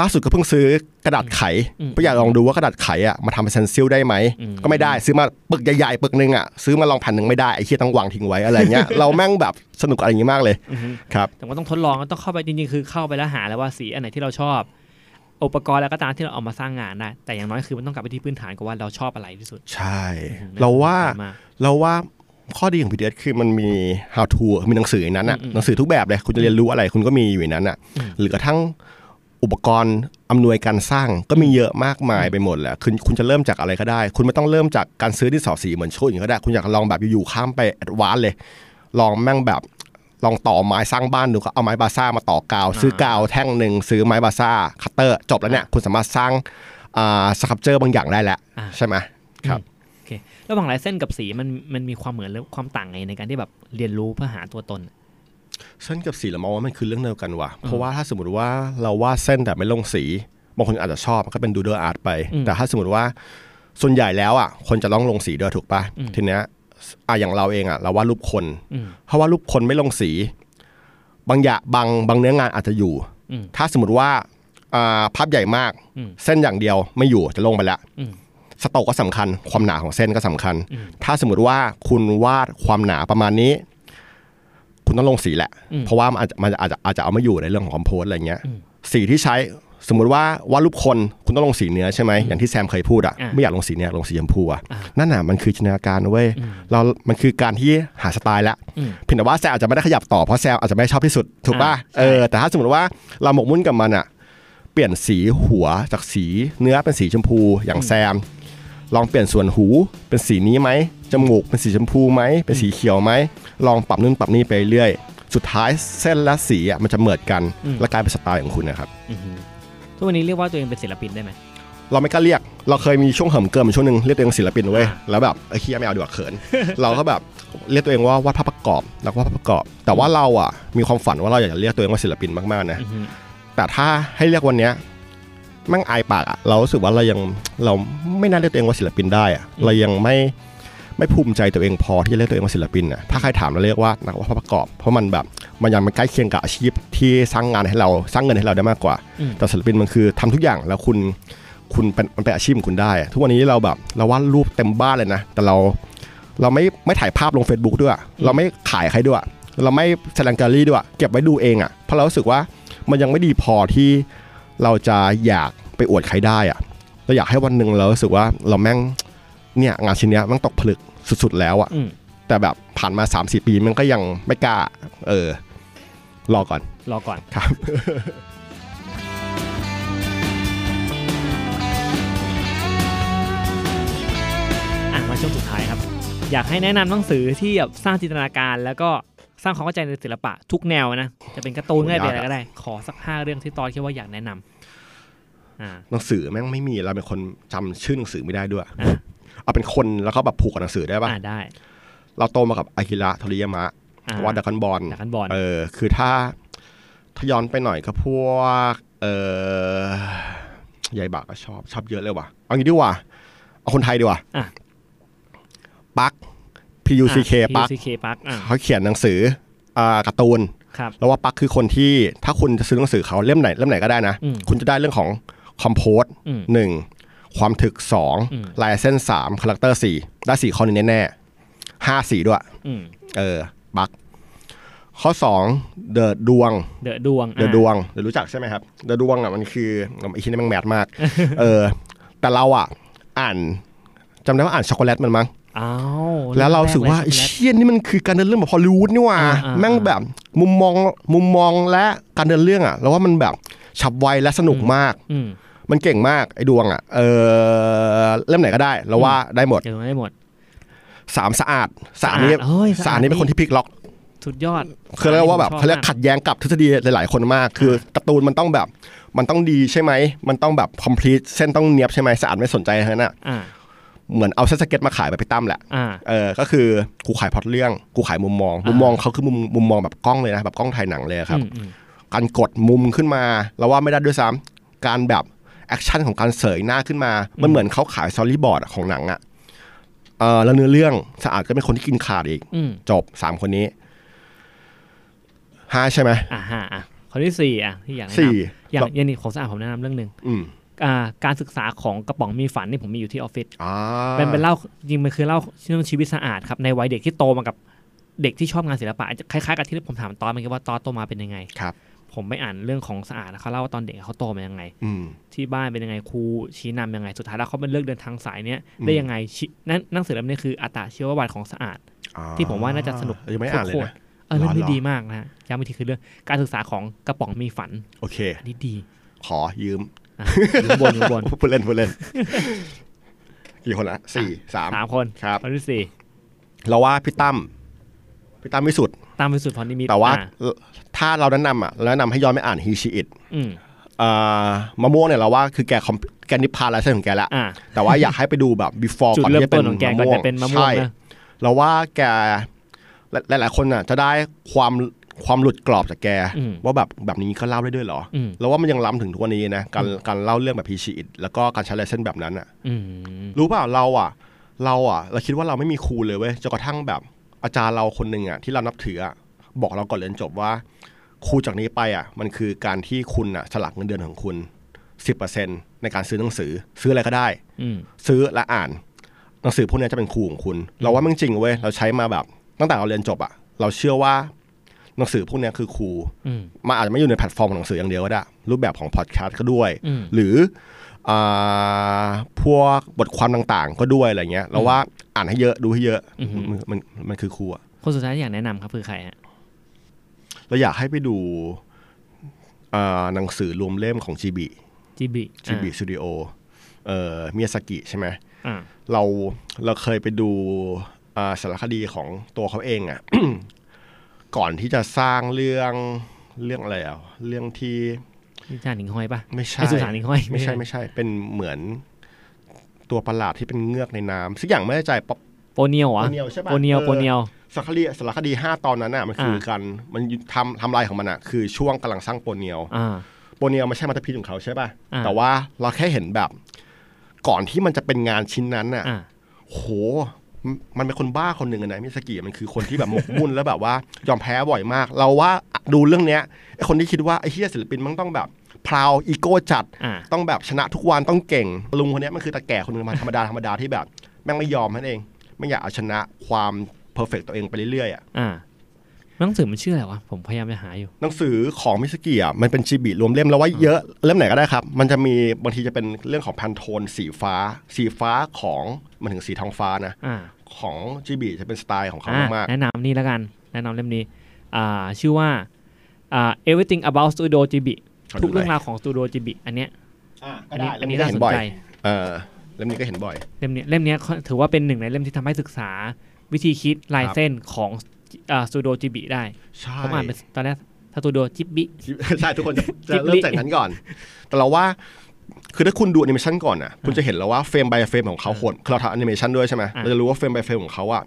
D: ล่าสุดก็เพิ่งซื้อกระดาษไข
C: อืม
D: ก็อยากลองดูว่ากระดาษไขอ่ะมาทำเป็นเซนซิลได้ไหม
C: อืม
D: ก็ไม่ได้ซื้อมาปึกใหญ่ๆปึกหนึ่งอ่ะซื้อมาลองแผ่นหนึ่งไม่ได้ไอ้เคียต้องวางทิ้งไว้อะไรเงี้ย [laughs] เราแม่งแบบสนุกอะไรอย่างงี้มากเลย
C: อือหือ
D: ครับ
C: แต่ว่าต้องทดลองต้องเข้าไปจริงๆ คือเข้าไปแล้วหาแล้วว่าสีอันไหนที่เราชอบ อุปกรณ์แล้วก็ตามที่เราเอามาสร้างงานได้ แต่อย่างน้อยคือมันต้องกลับไปที่พื้นฐานก่อนว่าเราชอบอะไรที่สุด
D: ใช่ เราว่า
C: สำคัญมก
D: เราว่าข้อดีของ PDF คือมันมี how to มีหนังสือในนั้นอ่ะ
C: อืมอืม
D: หนังสือทุกแบบเลยคุณจะเรียนรู้อะไรคุณก็มีอยู่ในนั้นอ่ะ
C: อืม
D: หรือกระทั่งอุปกรณ์อำนวยการสร้างก็มีเยอะมากมายไปหมดแหละคุณคุณจะเริ่มจากอะไรก็ได้ คุณไม่ต้องเริ่มจากการซื้อที่สอสีเหมือนชุดอย่างนี้ก็ได้ คุณอยากลองแบบอยู่ๆข้ามไปแอดวานเลย ลองแม่งแบบลองต่อไม้สร้างบ้านดูก็เอาไม้บาซ่ามาต่อกาว ซื้อกาวแท่งหนึ่งซื้อไม้บาซ่าคัตเตอร์จบแล้วเนี่ยคุณสามารถสร้างอ่าสครับเจอร์บางอย่างได้แล้วใช่ไหมครับ
C: โอเคระหว่างลายเส้นกับสีมันมันมีความเหมือนหรือความต่างไงในการที่แบบเรียนรู้เพื่อหาตัวตน
D: เส้นกับสีเรามองว่ามันคือเรื่องเดียวกันว่ะ เพราะว่าถ้าสมมติว่าเราวาดเส้นแต่ไม่ลงสีบางคนอาจจะชอบก็เป็นดูเดอร์อาร์ตไป
C: อืม
D: แต่ถ้าสมมติว่าส่วนใหญ่แล้วอ่ะคนจะต้องลงสีด้วยถูกปะ
C: อืม
D: ทีเนี้ยอ่ะอย่างเราเองอ่ะเราวาดรูปคน
C: อืม
D: ถ้าวาดรูปคนไม่ลงสี บางอย่างบางบางเนื้องานอาจจะอยู่
C: อืม
D: ถ้าสมมติว่าอ่าภาพใหญ่มาก
C: อืม
D: เส้นอย่างเดียวไม่อยู่จะลงไปละ
C: อืม
D: สโตกก็สำคัญ ความหนาของเส้นก็สำคัญ
C: อืม
D: ถ้าสมมติว่าคุณวาดความหนาประมาณนี้ คุณต้องลงสีแหละ
C: อืม
D: เพราะว่ามันอาจจะมันอาจจะอาจจะเอามาอยู่ในเรื่องของคอมโพสอะไรเงี้ย สีที่ใช้สมมุติว่าวาดรูปคนคุณต้องลงสีเนื้อใช่ไหมอย่างที่แซมเคยพูดอ่ะ
C: อ่ะ
D: ไม่อยากลงสีเนื้อลงสีชมพูอ่ะ
C: อ่ะ
D: นั่นน่ะมันคือจินตนาการเว้ยเรามันคือการที่หาสไตล์ละ
C: อืม
D: เพียงแต่ว่าแซมอาจจะไม่ได้ขยับต่อเพราะแซมอาจจะไม่ชอบที่สุดถูกป่ะ
C: อ่ะใช่
D: เออแต่ถ้าสมมติว่าเราหมกมุ่นกับมันอ่ะ เปลี่ยนสีหัวจากสีเนื้อเป็นสีชมพูอย่างแซม ลองเปลี่ยนส่วนหูเป็นสีนี้ไหมจมูกเป็นสีชมพูไหมเป็นสีเขียวไหมลองปรับนู่นปรับนี่ไปเรื่อยสุดท้ายเส้นและสีอ่ะมันจะเหมือนกัน
C: อืม
D: และกลายเป็นสไตล์ของคุณนะครับ
C: อืมทุกวันนี้เรียกว่าตัวเองเป็นศิลปินได้ไหม
D: เราไม่กล้าเรียก เราเคยมีช่วงเหิมเกิมอยู่ช่วงหนึ่งเรียกตัวเองศิลปินเว้ย
C: อ่า
D: แล้วแบบไอ้เคียไม่เอาดีกว่าเขิน
C: [laughs]
D: เราก็แบบเรียกตัวเองว่าวาดภาพประกอบนักวาดภาพประกอบ แต่ว่าเราอ่ะมีความฝันว่าเราอยากจะเรียกตัวเองว่าศิลปินมากๆนะ
C: อืม
D: แต่ถ้าให้เรียกวันเนี้ยแมั่งอายปากอะเรารู้สึกว่าเรายังเราไม่น่าเรียกตัวเองว่าศิลปินได้อะเรายังไม่ไม่ภูมิใจตัวเองพอที่จะเรียกตัวเองว่าศิลปินอะถ้าใครถามเราเรียกว่านักวาดภาพประกอบ เพราะมันแบบมันยังมันใกล้เคียงกับอาชีพที่สร้างงานให้เราสร้างเงินให้เราได้มากกว่า
C: อืม
D: แต่ศิลปินมันคือทำทุกอย่างแล้วคุณ คุณเป็นมันเป็นอาชีพของคุณได้อะทุกวันนี้เราแบบเราวาดรูปเต็มบ้านเลยนะ แต่เราเราไม่ไม่ถ่ายภาพลง Facebook ด้วยอะเราไม่ขายใครด้วยอะเราไม่แสดงแกลลี่ด้วยอะเก็บไว้ดูเองอ่ะเพราะเรารู้สึกว่ามันยังไม่ดีพอที่เราจะอยากไปอวดใครได้อ่ะเราอยากให้วันหนึ่งเรารู้สึกว่าเราแม่งเนี่ยงานชิ้นเนี้ยแม่งตกผลึกสุดๆแล้วอ่ะ
C: อืม
D: แต่แบบผ่านมา 3 4 ปีมันก็ยังไม่กล้า เออ รอก่อน
C: รอก่อน
D: ครับ
C: [laughs] อ่ะมาช่วงสุดท้ายครับ อยากให้แนะนำหนังสือที่แบบสร้างจินตนาการ แล้วก็สร้างความเข้าใจในศิลปะทุกแนวนะจะเป็นการ์ตูนก็ได้เป็นอะไรก็ได้ ขอสักห้าเรื่องที่ตอนคิดว่าอยากแนะนำอ่า
D: หนังสือแม่งไม่มีเราเป็นคนจำชื่อหนังสือไม่ได้ด้วย
C: อ่ะ
D: เอาเป็นคนแล้วก็แบบผูกกับหนังสือได้ปะ
C: อ่าได้
D: เราโตมากับอากิระโทริยามะ
C: อ่าว
D: าดากอนบอล
C: ดักกันบอล
D: เออ คือถ้าถ้าย้อนไปหน่อยก็พวก เออยายบากก็ชอบชอบเยอะเลยว่ะ เอางี้ดีกว่า เอาคนไทยดีกว่า
C: อ่ะ
D: ปัก PUCK
C: อ่ะ
D: ปัก
C: PUCK ปักอ่ะ
D: เขาเขียนหนังสืออ่าการ์ตูน
C: ครับ
D: แล้วว่าปักคือคนที่ถ้าคุณจะซื้อหนังสือเขาเล่มไหนเล่มไหนก็ได้นะ
C: อืม
D: คุณจะได้เรื่องของคอมโพส
C: อืม
D: หนึ่งความถึกสอง
C: อืม
D: ลายเส้นสามคาแรคเตอร์สี่ได้สี่ข้อนี้แน่ๆห้าสีด้วย
C: อืม
D: เออปัก ข้อสองเดอะดวง
C: เดอะดวง
D: เดอะดวงเดอะรู้จักใช่ไหมครับเดอะดวงอ่ะมันคือไอ้ชิ้นนี้แม่งแมท
C: [laughs]
D: มาก เออ แต่เราอ่ะ อ่านจำได้ว่าอ่านช็อกโกแลตมันมั้ง
C: อ้าว
D: แล้วเรารู้สึกว่า
C: แร
D: ไอ้
C: กเลยช็อกโกแลต
D: เชี่ยนี่มันคือการเดินเรื่องแบบพอลลีวูดนี่หว่า
C: อ่าอ่า
D: แม่งแบบมุมมองมุมมองและการเดินเรื่องอ่ะเราว่ามันแบบฉับไวและสนุกมาก
C: อืม
D: มันเก่งมากไอ้ดวงอ่ะเออเล่มไหนก็ได้เราว่าได้หมด
C: เก็บตรงนั้นได้หมด
D: สามสะอาดสะอาดนี่
C: สะอาดเอ้ย
D: สะอาดนี่เป็นคนที่พลิกล็อก
C: สุดยอด
D: คือเรียกว่าแบบ
C: ช
D: เขาเรียก
C: ม
D: ขัดแย้งกับทฤษฎีหลาย ๆ คนมาก คือการ์ตูนมันต้องแบบมันต้องดีใช่ไหมมันต้องแบบ complete เส้นต้องเนียบใช่ไหมสะอาดไม่สนใจทั้งนั้นอ่ะ
C: อ่า
D: เหมือนเอาเส้นสเก็ตมาขายแบบพี่ตั้มแหละ
C: อ่า
D: เออ ก็คือกูขายพล็อตเรื่อง กูขายมุมมอง มุมมองเขาคือมุมมุมมองแบบกล้องเลยนะ แบบกล้องถ่ายหนังเลยครับ
C: อืม
D: การกดมุมขึ้นมา เราว่าไม่ได้ด้วยซ้ำการแบบแอคชั่นของการเสยหน้าขึ้นมา มันเหมือนเขาขายซอรี่บอร์ดของหนังอะเออแล้วเนื้อเรื่องสะอาดก็เป็นคนที่กินขาดอีก
C: อืม
D: จบสามคนนี้ห้าใช่ไหม
C: อ่าฮะอ่ะคนที่สี่อ่ะที่อยากแนะน
D: สี่
C: ำอย่างอย่างนี้ของสะอาดผมแนะนำเรื่องหนึ่ง
D: อืม
C: อ่าการศึกษาของกระป๋องมีฝันนี่ผมมีอยู่ที่ออฟฟิศ
D: อ่า
C: มันเป็นเล่าจริงมันคือเล่าเรื่องชีวิตสะอาดครับในวัยเด็กที่โตมากับเด็กที่ชอบงานศิลปะอาจจะคล้ายๆกับที่ผมถามตอนเมื่อกี้ว่าตอนโตมาเป็นยังไง
D: ครับ
C: ผมไปอ่านเรื่องของสะอาดแล้วเขาเล่าว่าตอนเด็กเขาโตมายังไง
D: อืม
C: ที่บ้านเป็นยังไงครูชี้นำยังไงสุดท้ายแล้วเขาเป็นเลือกเดินทางสายเนี้ย
D: อืม
C: ได้ยังไงชินั่นหนังสือเล่มนี้คืออัตตาชีวประวัติของสะอาด
D: อ่
C: ที่ผมว่าน่าจะสนุก
D: ยังไม่อ่านเลย
C: โคตร
D: นะ
C: ๆเออเรื่อง
D: หร
C: นี้
D: อ
C: ดีมากนะฮะย้ำอีกทีคือเรื่องการศึกษาของกระป๋องมีฝัน
D: โอเค
C: อันนี้ดี
D: ขอยืม [laughs]
C: อ่ะอยู่ข้างบนอยู่ข้างบน
D: ผู้เล่นผู้
C: [laughs]
D: เล่นกี่คนละสี่สาม
C: สามคน
D: ครับ
C: นที่สี่
D: เราว่าพี่ตั้มพี่ตั้มไม่สุด
C: ตามไปสุดพรนิมิต
D: แต่ว่า
C: อ่ะ
D: ถ้าเราแนะนำอ่ะเราแนะนำให้ย้อนไปอ่านฮีชีอิต
C: อืม
D: มะม่วงเนี่ยเราว่าคือแกคอมแกนิพพานลายเส้นของแกละ
C: อ่า
D: แต่ว่าอยากให้ไปดูแบบ before
C: จุด
D: ก่อน
C: เริ่
D: ที่
C: ม
D: จะ
C: ต้
D: เป็น
C: นของแกก่อนจะเป็นมะม่วง
D: ใช่
C: นะ
D: เราว่าแกหลายหลาย ๆ คนอ่ะ จะได้ความความหลุดกรอบจากแก ว่าแบบแบบนี้ก็เล่าได้ด้วยเหรอ
C: อืม
D: เราว่ามันยังล้ำถึงทุกวันนี้นะการการเล่าเรื่องแบบฮีชีอิตแล้วก็การใช้ลายเส้นแบบนั้นอ่ะ
C: อืม
D: รู้เปล่าเราอ่ะ เราอ่ะ เราคิดว่าเราไม่มีครูเลยเว้ยจนกระทั่งแบบ อาจารย์เราคนหนึ่งอ่ะที่เรานับถืออ่ะบอกเราก่อนเรียนจบว่า ครูจากนี้ไปอ่ะ มันคือการที่คุณอ่ะสลักเงินเดือนของคุณ 10%ในการซื้อหนังสือ ซื้ออะไรก็ได้
C: อืม
D: ซื้อและอ่าน หนังสือพวกเนี้ยจะเป็นครูของคุณ เราว่ามันจริงเว้ยเราใช้มาแบบ ตั้งแต่เราเรียนจบอ่ะ เราเชื่อว่าหนังสือพวกเนี้ยคือครู
C: อืม
D: มันอาจจะไม่อยู่ในแพลตฟอร์มของหนังสืออย่างเดียวก็ได้ รูปแบบของพอดแคสต์ก็ด้วย
C: อืม
D: หรืออ่าพวกบทความต่างๆ ก็ด้วยอะไรเงี้ยเราว่าอ่านให้เยอะดูให้เยอะมันมันมันคือครูอะ
C: คนสุดท้ายที่อยากแนะนำครับคือใครฮะ
D: เราอยากให้ไปดูอ่าหนังสือรวมเล่มของ GB
C: จีบี
D: GB Studio เอ่อมิยาสกิใช่ไหม
C: อ่า
D: เราเราเคยไปดูอ่าสารคดีของตัวเขาเองอะ [coughs] ก่อนที่จะสร้างเรื่องเรื่องอะไรอ่ะเรื่องที่
C: นิทานหนิงห้อยปะ
D: ไม่ใช่
C: อ้สุสานหนิงห้อย
D: ไม่ใช่ไม่ใช่เป็นเหมือนตัวประหลาดที่เป็นเงือกในน้ำสักอย่างไม่แน่ใจป๊อป
C: โปเนียวเหรอ
D: โปเนียวใช่ปะ
C: โปเนียว
D: เออ
C: โปเนียว
D: สารคดีสารคดีห้าตอนนั้นน่ะมันคือ
C: อ่า
D: การมันทำทำลายของมันอ่ะคือช่วงกำลังสร้างโปเนียว
C: อ่า
D: โปเนียวไม่ใช่มัตพิษของเขาใช่ป่ะ
C: อ่า
D: แต่ว่าเราแค่เห็นแบบ ก่อนที่มันจะเป็นงานชิ้นนั้นน่ะ
C: อ่า
D: โหมมันเป็นคนบ้าคนหนึ่งอะนะมิสกิมันคือคนที่แบบหมกมุ่นแล้วแบบว่ายอมแพ้บ่อยมาก เราว่าดูเรื่องเนี้ยไอคนที่คิดว่าไอเฮียศิลปินมันต้องแบบ พราวอีโก้จัด
C: อ่า
D: ต้องแบบชนะทุกวันต้องเก่ง ลุงคนเนี้ยมันคือตาแก่คนหนึงมาธรรมดาธรรมดาที่แบบ แม่งไม่ยอมนั่นเอง ไม่อยากเอาชนะความเพอร์เฟกตัวเองไปเรื่อยๆอะ
C: อ่าหนังสือมันชื่ออะไรวะ ผมพยายามจะหาอยู่
D: หนังสือของมิสกิอ่ะมันเป็นชิบิรวมเล่มแล้วว่าเยอะเล่มไหนก็ได้ครับ มันจะมีบางทีจะเป็นเรื่องของแพนโทนสีฟ้า สีฟ้าของมันถึงสีทองฟ้านะ
C: อ่า
D: ของจิบิจะเป็นสไตล์ของเขา
C: อ่าม
D: ากๆ
C: แนะนำนี่แล้วกัน แนะนำเล่มนี้ อ่า ชื่อว่า อ่า everything about studio Ghibli
D: ขอดู
C: ทุกเรื่อง
D: หน่อย
C: ราวของ studio Ghibli อันเนี้ย อันนี้อันนี้
D: ก็
C: น่า
D: เห็
C: ส
D: น
C: น
D: บ่อย
C: ใจ
D: เออเล่มนี้ก็เห็นบ่อย
C: เล่มเนี้ยเล่มเนี้ยเขาถือว่าเป็นหนึ่งในเล่มที่ทำให้ศึกษาวิธีคิดลาย
D: ครับ
C: เส้นของอ่าสตูดิโอจิบิได้
D: ใช่
C: ผมอ่านเป็นตอนแรกสตูดิโอจิบิ
D: ใช่ทุกคนจะจะ
C: จิ๊บลิ
D: เริ่มจากนั้นก่อน แต่เราว่าคือถ้าคุณดูแอนิเมชันก่อนอ่ะ คุณจะเห็นแล้วว่าเฟรม by เฟรมของเขาโหดคือเราทำแอนิเมชันด้วยใช่ไหมเราจะรู้ว่าเฟรม by เฟรมของเขาอ่ะ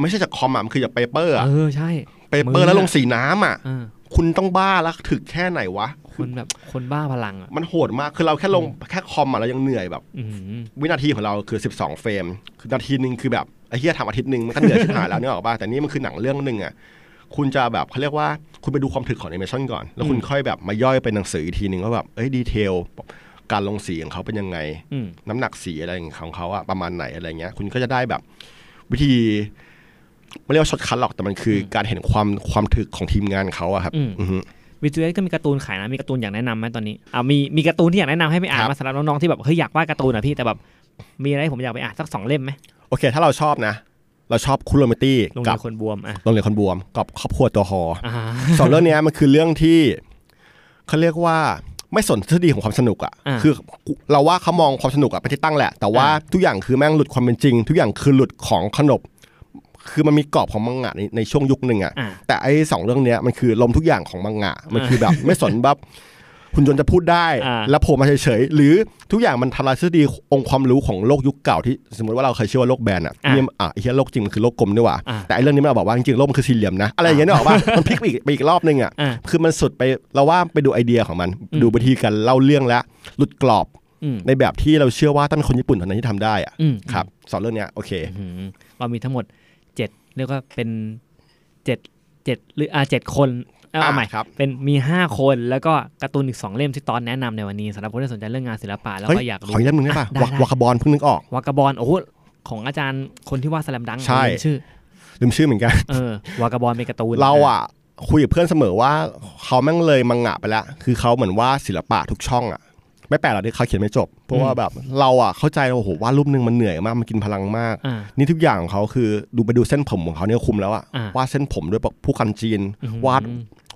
D: ไม่ใช่จากคอมอ่ะมันคือจากเปเปอร์อ่ะ
C: เออ ใช่
D: เปเปอร์แล้วลงสีน้ำอ่ะ
C: เออ
D: คุณต้องบ้าแล้วถึกแค่ไหนวะ
C: คนแบบคนบ้าพลังอ่ะ
D: มันโหดมากคือเราแค่ลงแค่คอมอ่ะเรายังเหนื่อยแบบ
C: อื้อหือ
D: วินาทีของเราคือ 12 เฟรม คือนาทีหนึ่งคือแบบไอ้เหี้ยทำอาทิตย์หนึ่งมันก็เหนื่อยชิบหายแล้วเนี่ยออกป่ะแต่นี่มันคือหนังเรื่องหนึ่งอ่ะคุณจะแบบเขาเรียกว่าคุณไปดูความถึกของแอนิเมชันก่อน แล้วคุณค่อยแบบมาย่อยเป็นหนังสืออีกทีหนึ่งว่าแบบเอ้ยดีเทลการลงสีของเขาเป็นยังไง
C: อืม
D: น้ำหนักสีอะไรของเขาอะประมาณไหนอะไรเงี้ย คุณก็จะได้แบบวิธีไม่เรียกว่าช็อตคัทหรอกแต่มันคืออการเห็นความความถึกของทีมงานเขาอะครับ
C: อืม
D: อือฮึ
C: วิจูเอก็มีการ์ตูนขายนะ มีการ์ตูนอยากแนะนำไหมตอนนี้อ่ามีมีการ์ตูนที่อยากแนะนำให้ไปอ่าน
D: ครับ
C: มาสำหรับน้องๆที่แบบเฮ้ยอยากวาดการ์ตูนอ่ะพี่แต่แบบมีอะไรให้ผมอยากไปอ่านสักสองเล่มไหม
D: โอเค ถ้าเราชอบนะ เราชอบคุโรเมตี้
C: ลง
D: กั
C: เรื
D: บ
C: อคนบวมอ่ะ
D: โรงเรียนคนบวมกับครอบครัวตัวฮอ
C: อ่า
D: สองเรื่องเนี้ยมันคือเรื่องที่เขาเรียกว่าไม่สนทฤษฎีของความสนุกอ่ะ
C: า
D: คือเราว่าเขามองความสนุกอ่ะเป็นที่ตั้งแหละ แต่ว่า
C: อ่า
D: ทุกอย่างคือแม่งหลุดความเป็นจริง ทุกอย่างคือหลุดของขนบ คือมันมีกรอบของมังงะในในช่วงยุคหนึ่งอ่ะ
C: อ่า
D: แต่ไอ้สองเรื่องเนี้ยมันคือลมทุกอย่างของมังงะมันคือแบบ ไม่สนแบบคุณยนต์จะพูดได้
C: อ่า
D: แล้วโผล่มาเฉยๆหรือทุกอย่างมันทำลายทฤษฎีองค์ความรู้ของโลกยุคเก่าที่สมมติว่าเราเคยเชื่อว่าโลกแบนอ่ะเนี่ยอ่ะไอ้เหี้ยโลกจริงมันคือโลกกลมนี่หว่า
C: อ่า
D: แต่ไอ้เรื่องนี้มันเอาบอกว่าจริงๆโลกมันคือสี่เหลี่ยมนะอะไรอย่างเงี้ยนึกออกป่ะ มันพลิกไปอีกไปอีกรอบนึงอ่ะ
C: อ่า
D: คือมันสุดไปเราว่าไปดูไอเดียของมัน
C: อืม
D: ดูวิธีการเล่าเรื่องและหลุดกรอบ
C: อืม
D: ในแบบที่เราเชื่อว่าต้นคนญี่ปุ่นเท่านั้นที่ทำได้อ่ะ
C: อืม
D: ครับสอนเรื่องเนี้ยโอเค
C: อืมเรามีทั้งหมดเจ็ดเรียกว่าเป็นเจ็ดเจ็ดหรืออ่าเจ็ดคนเอาเอา
D: อ่า
C: ใหม่
D: ครับ
C: เป็นมีห้าคนแล้วก็การ์ตูนอีกสองเล่มที่ตอนแนะนำในวันนี้สำหรับคนที่สนใจเรื่องงานศิลปะแล้ว
D: เฮ้ย
C: ก็อยาก
D: ข
C: รู้
D: ออีกเล่มหนึงได้ป่ะ
C: อ่
D: วัก
C: ได้
D: วักบอลเพิ่งนึกออก
C: วากาบอลโอ้โหของอาจารย์คนที่วาดสแลมดัง
D: ใช่
C: ผมลืมชื่อ
D: ลืมชื่อเหมือนกัน
C: เออวากาบอลเป็นการ์ตูน
D: เราอ่ะคุยกับเพื่อนเสมอว่าเขาแม่งเลยมังงะไปละคือเขาเหมือนว่าศิลปะทุกช่องอ่ะ ไม่แปลกหรอกที่เขาเขียนไม่จบ เพราะว่าแบบเราอ่ะเข้าใจว่าโอ้โหวาดรูปหนึงมันเหนื่อยมากมันกินพลังมาก
C: อ่า
D: นี่ทุกอย่างของเขาคือดูไปดูเส้นผมของเขาเนี่ยคุมแล้วอะ
C: อ่าว
D: าดเส้นผมด้วยแบบผู้กันจีน
C: อื้อหือ
D: วาด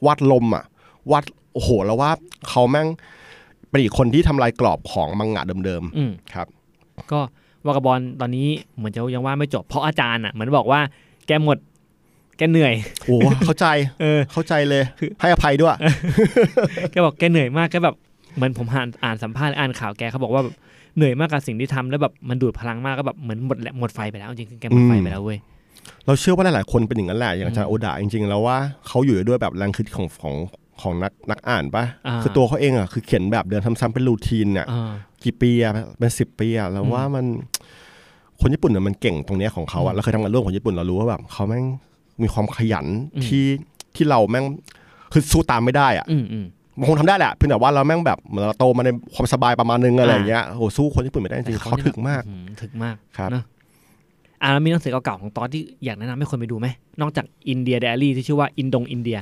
D: วาดลมอะวาดโอ้โหแล้วว่าเขาแม่งเป็นอีกคนที่ทำลายกรอบของมังงะเดิม
C: อืม
D: ๆครับ
C: ก็วากาบอลตอนนี้เหมือนจะยังว่าดไม่จบเพราะอาจารย์อ่ะเหมือนบอกว่าแกหมด แกเหนื่อย
D: โอ้โห เข้าใจ
C: เออ
D: เข้าใจเลยให้อภัยด้วย
C: แกบอกแกเหนื่อยมากแกแบบเหมือนผมอ่านอ่านสัมภาษณ์อ่านข่าวแกเขาบอกว่าแบบเหนื่อยมากกับสิ่งที่ทำแล้วแบบมันดูดพลังมากก็แบบเหมือนหมดแหละหมดไฟไปแล้วจริงๆแกหมดไฟไปแล้วเว้ย
D: เราเชื่อว่าหลายๆคนเป็นอย่างนั้นแหละอย่างอาจารย์โอดาจริงๆ แล้วว่าเขาอยู่ด้วยแบบแรงคิดของของของนักนักอ่านปะ
C: อ่า
D: คือตัวเขาเองอะคือเขียนแบบเดิมซ้ำๆเป็นรูทีนอะ
C: อ่า
D: กี่ปีอะเป็นสิบปีอะแล้วว่ามันคนญี่ปุ่นเนี่ยมันเก่งตรงเนี้ยของเขาอะเราเคยทำงานร่วมกับคนญี่ปุ่นเรารู้ว่าแบบเขาแม่งมีความขยัน
C: อืม
D: ที่ที่เราแม่งคือสู้ตามไม่ได้อะ
C: อืมอืม
D: มันคงทำได้แหละเพียงแต่ว่าเราแม่งแบบเหมือนเราโตมาในความสบายประมาณนึงอะไรอย่างเงี้ยโหสู้คนญี่ปุ่นไม่ได้จริง
C: แต่
D: เขา
C: นี่ย
D: ถึกมาก
C: อื้อหือถึกมาก
D: ครับ
C: เนอะอ่าแล้วมีหนังสือเก่าๆของตอนที่อยากแนะนำให้คนไปดูไหมนอกจากอินเดียไดอารี่ที่ชื่อว่าอินดงอินเดีย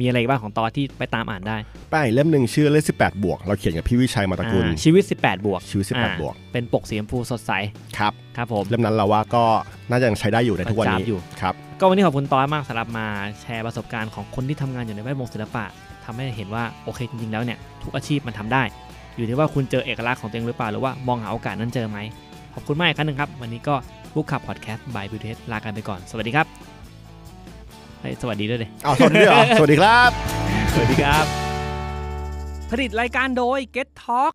C: มีอะไรอีกบ้างของตอนที่ไปตามอ่านได้
D: แป้งอีกเล่มหนึ่งชื่อเลขสิบแปดบวก เราเขียนกับพี่วิชัยมาตระกุล
C: อ่าชีวิต 18 บวก
D: ชื่อสิบแป
C: อ่า
D: ดบวก
C: เป็นปกสีชมพูสดใส
D: ครับ
C: ครับผม
D: เล่มนั้นเราว่าก็น่าจะยังใช้ได้อยู่ในทุกวัน
C: ป
D: นี้
C: ระจำอยู่
D: ครับ
C: ก็วันนี้ขอบคุณตอนมากสำหรับมาแชร์ประสบการณ์ของคนที่ทำงานอยู่ในแวดวงศิลปะทำให้เห็นว่าโอเคจริงๆแล้วเนี่ยทุกอาชีพมันทำได้ อยู่ที่ว่าคุณเจอเอกลักษณ์ของตัวเองหรือเปล่าหรือว่ามองหาโอกาสนั้นเจอไหมขอบคุณมากอีกครั้งหนึ่งครับ วันนี้ก็บุกขับพอดแคสต์บายบิวเทสลากันไปก่อน สวัสดีครับเฮ้ยสวัสดีด้วยเลย
D: เอาวสวัสดี [laughs] ด้วยเหรอสวัสดีครับ
C: สวัสดีครับ ผลิตรายการโดย Get Talk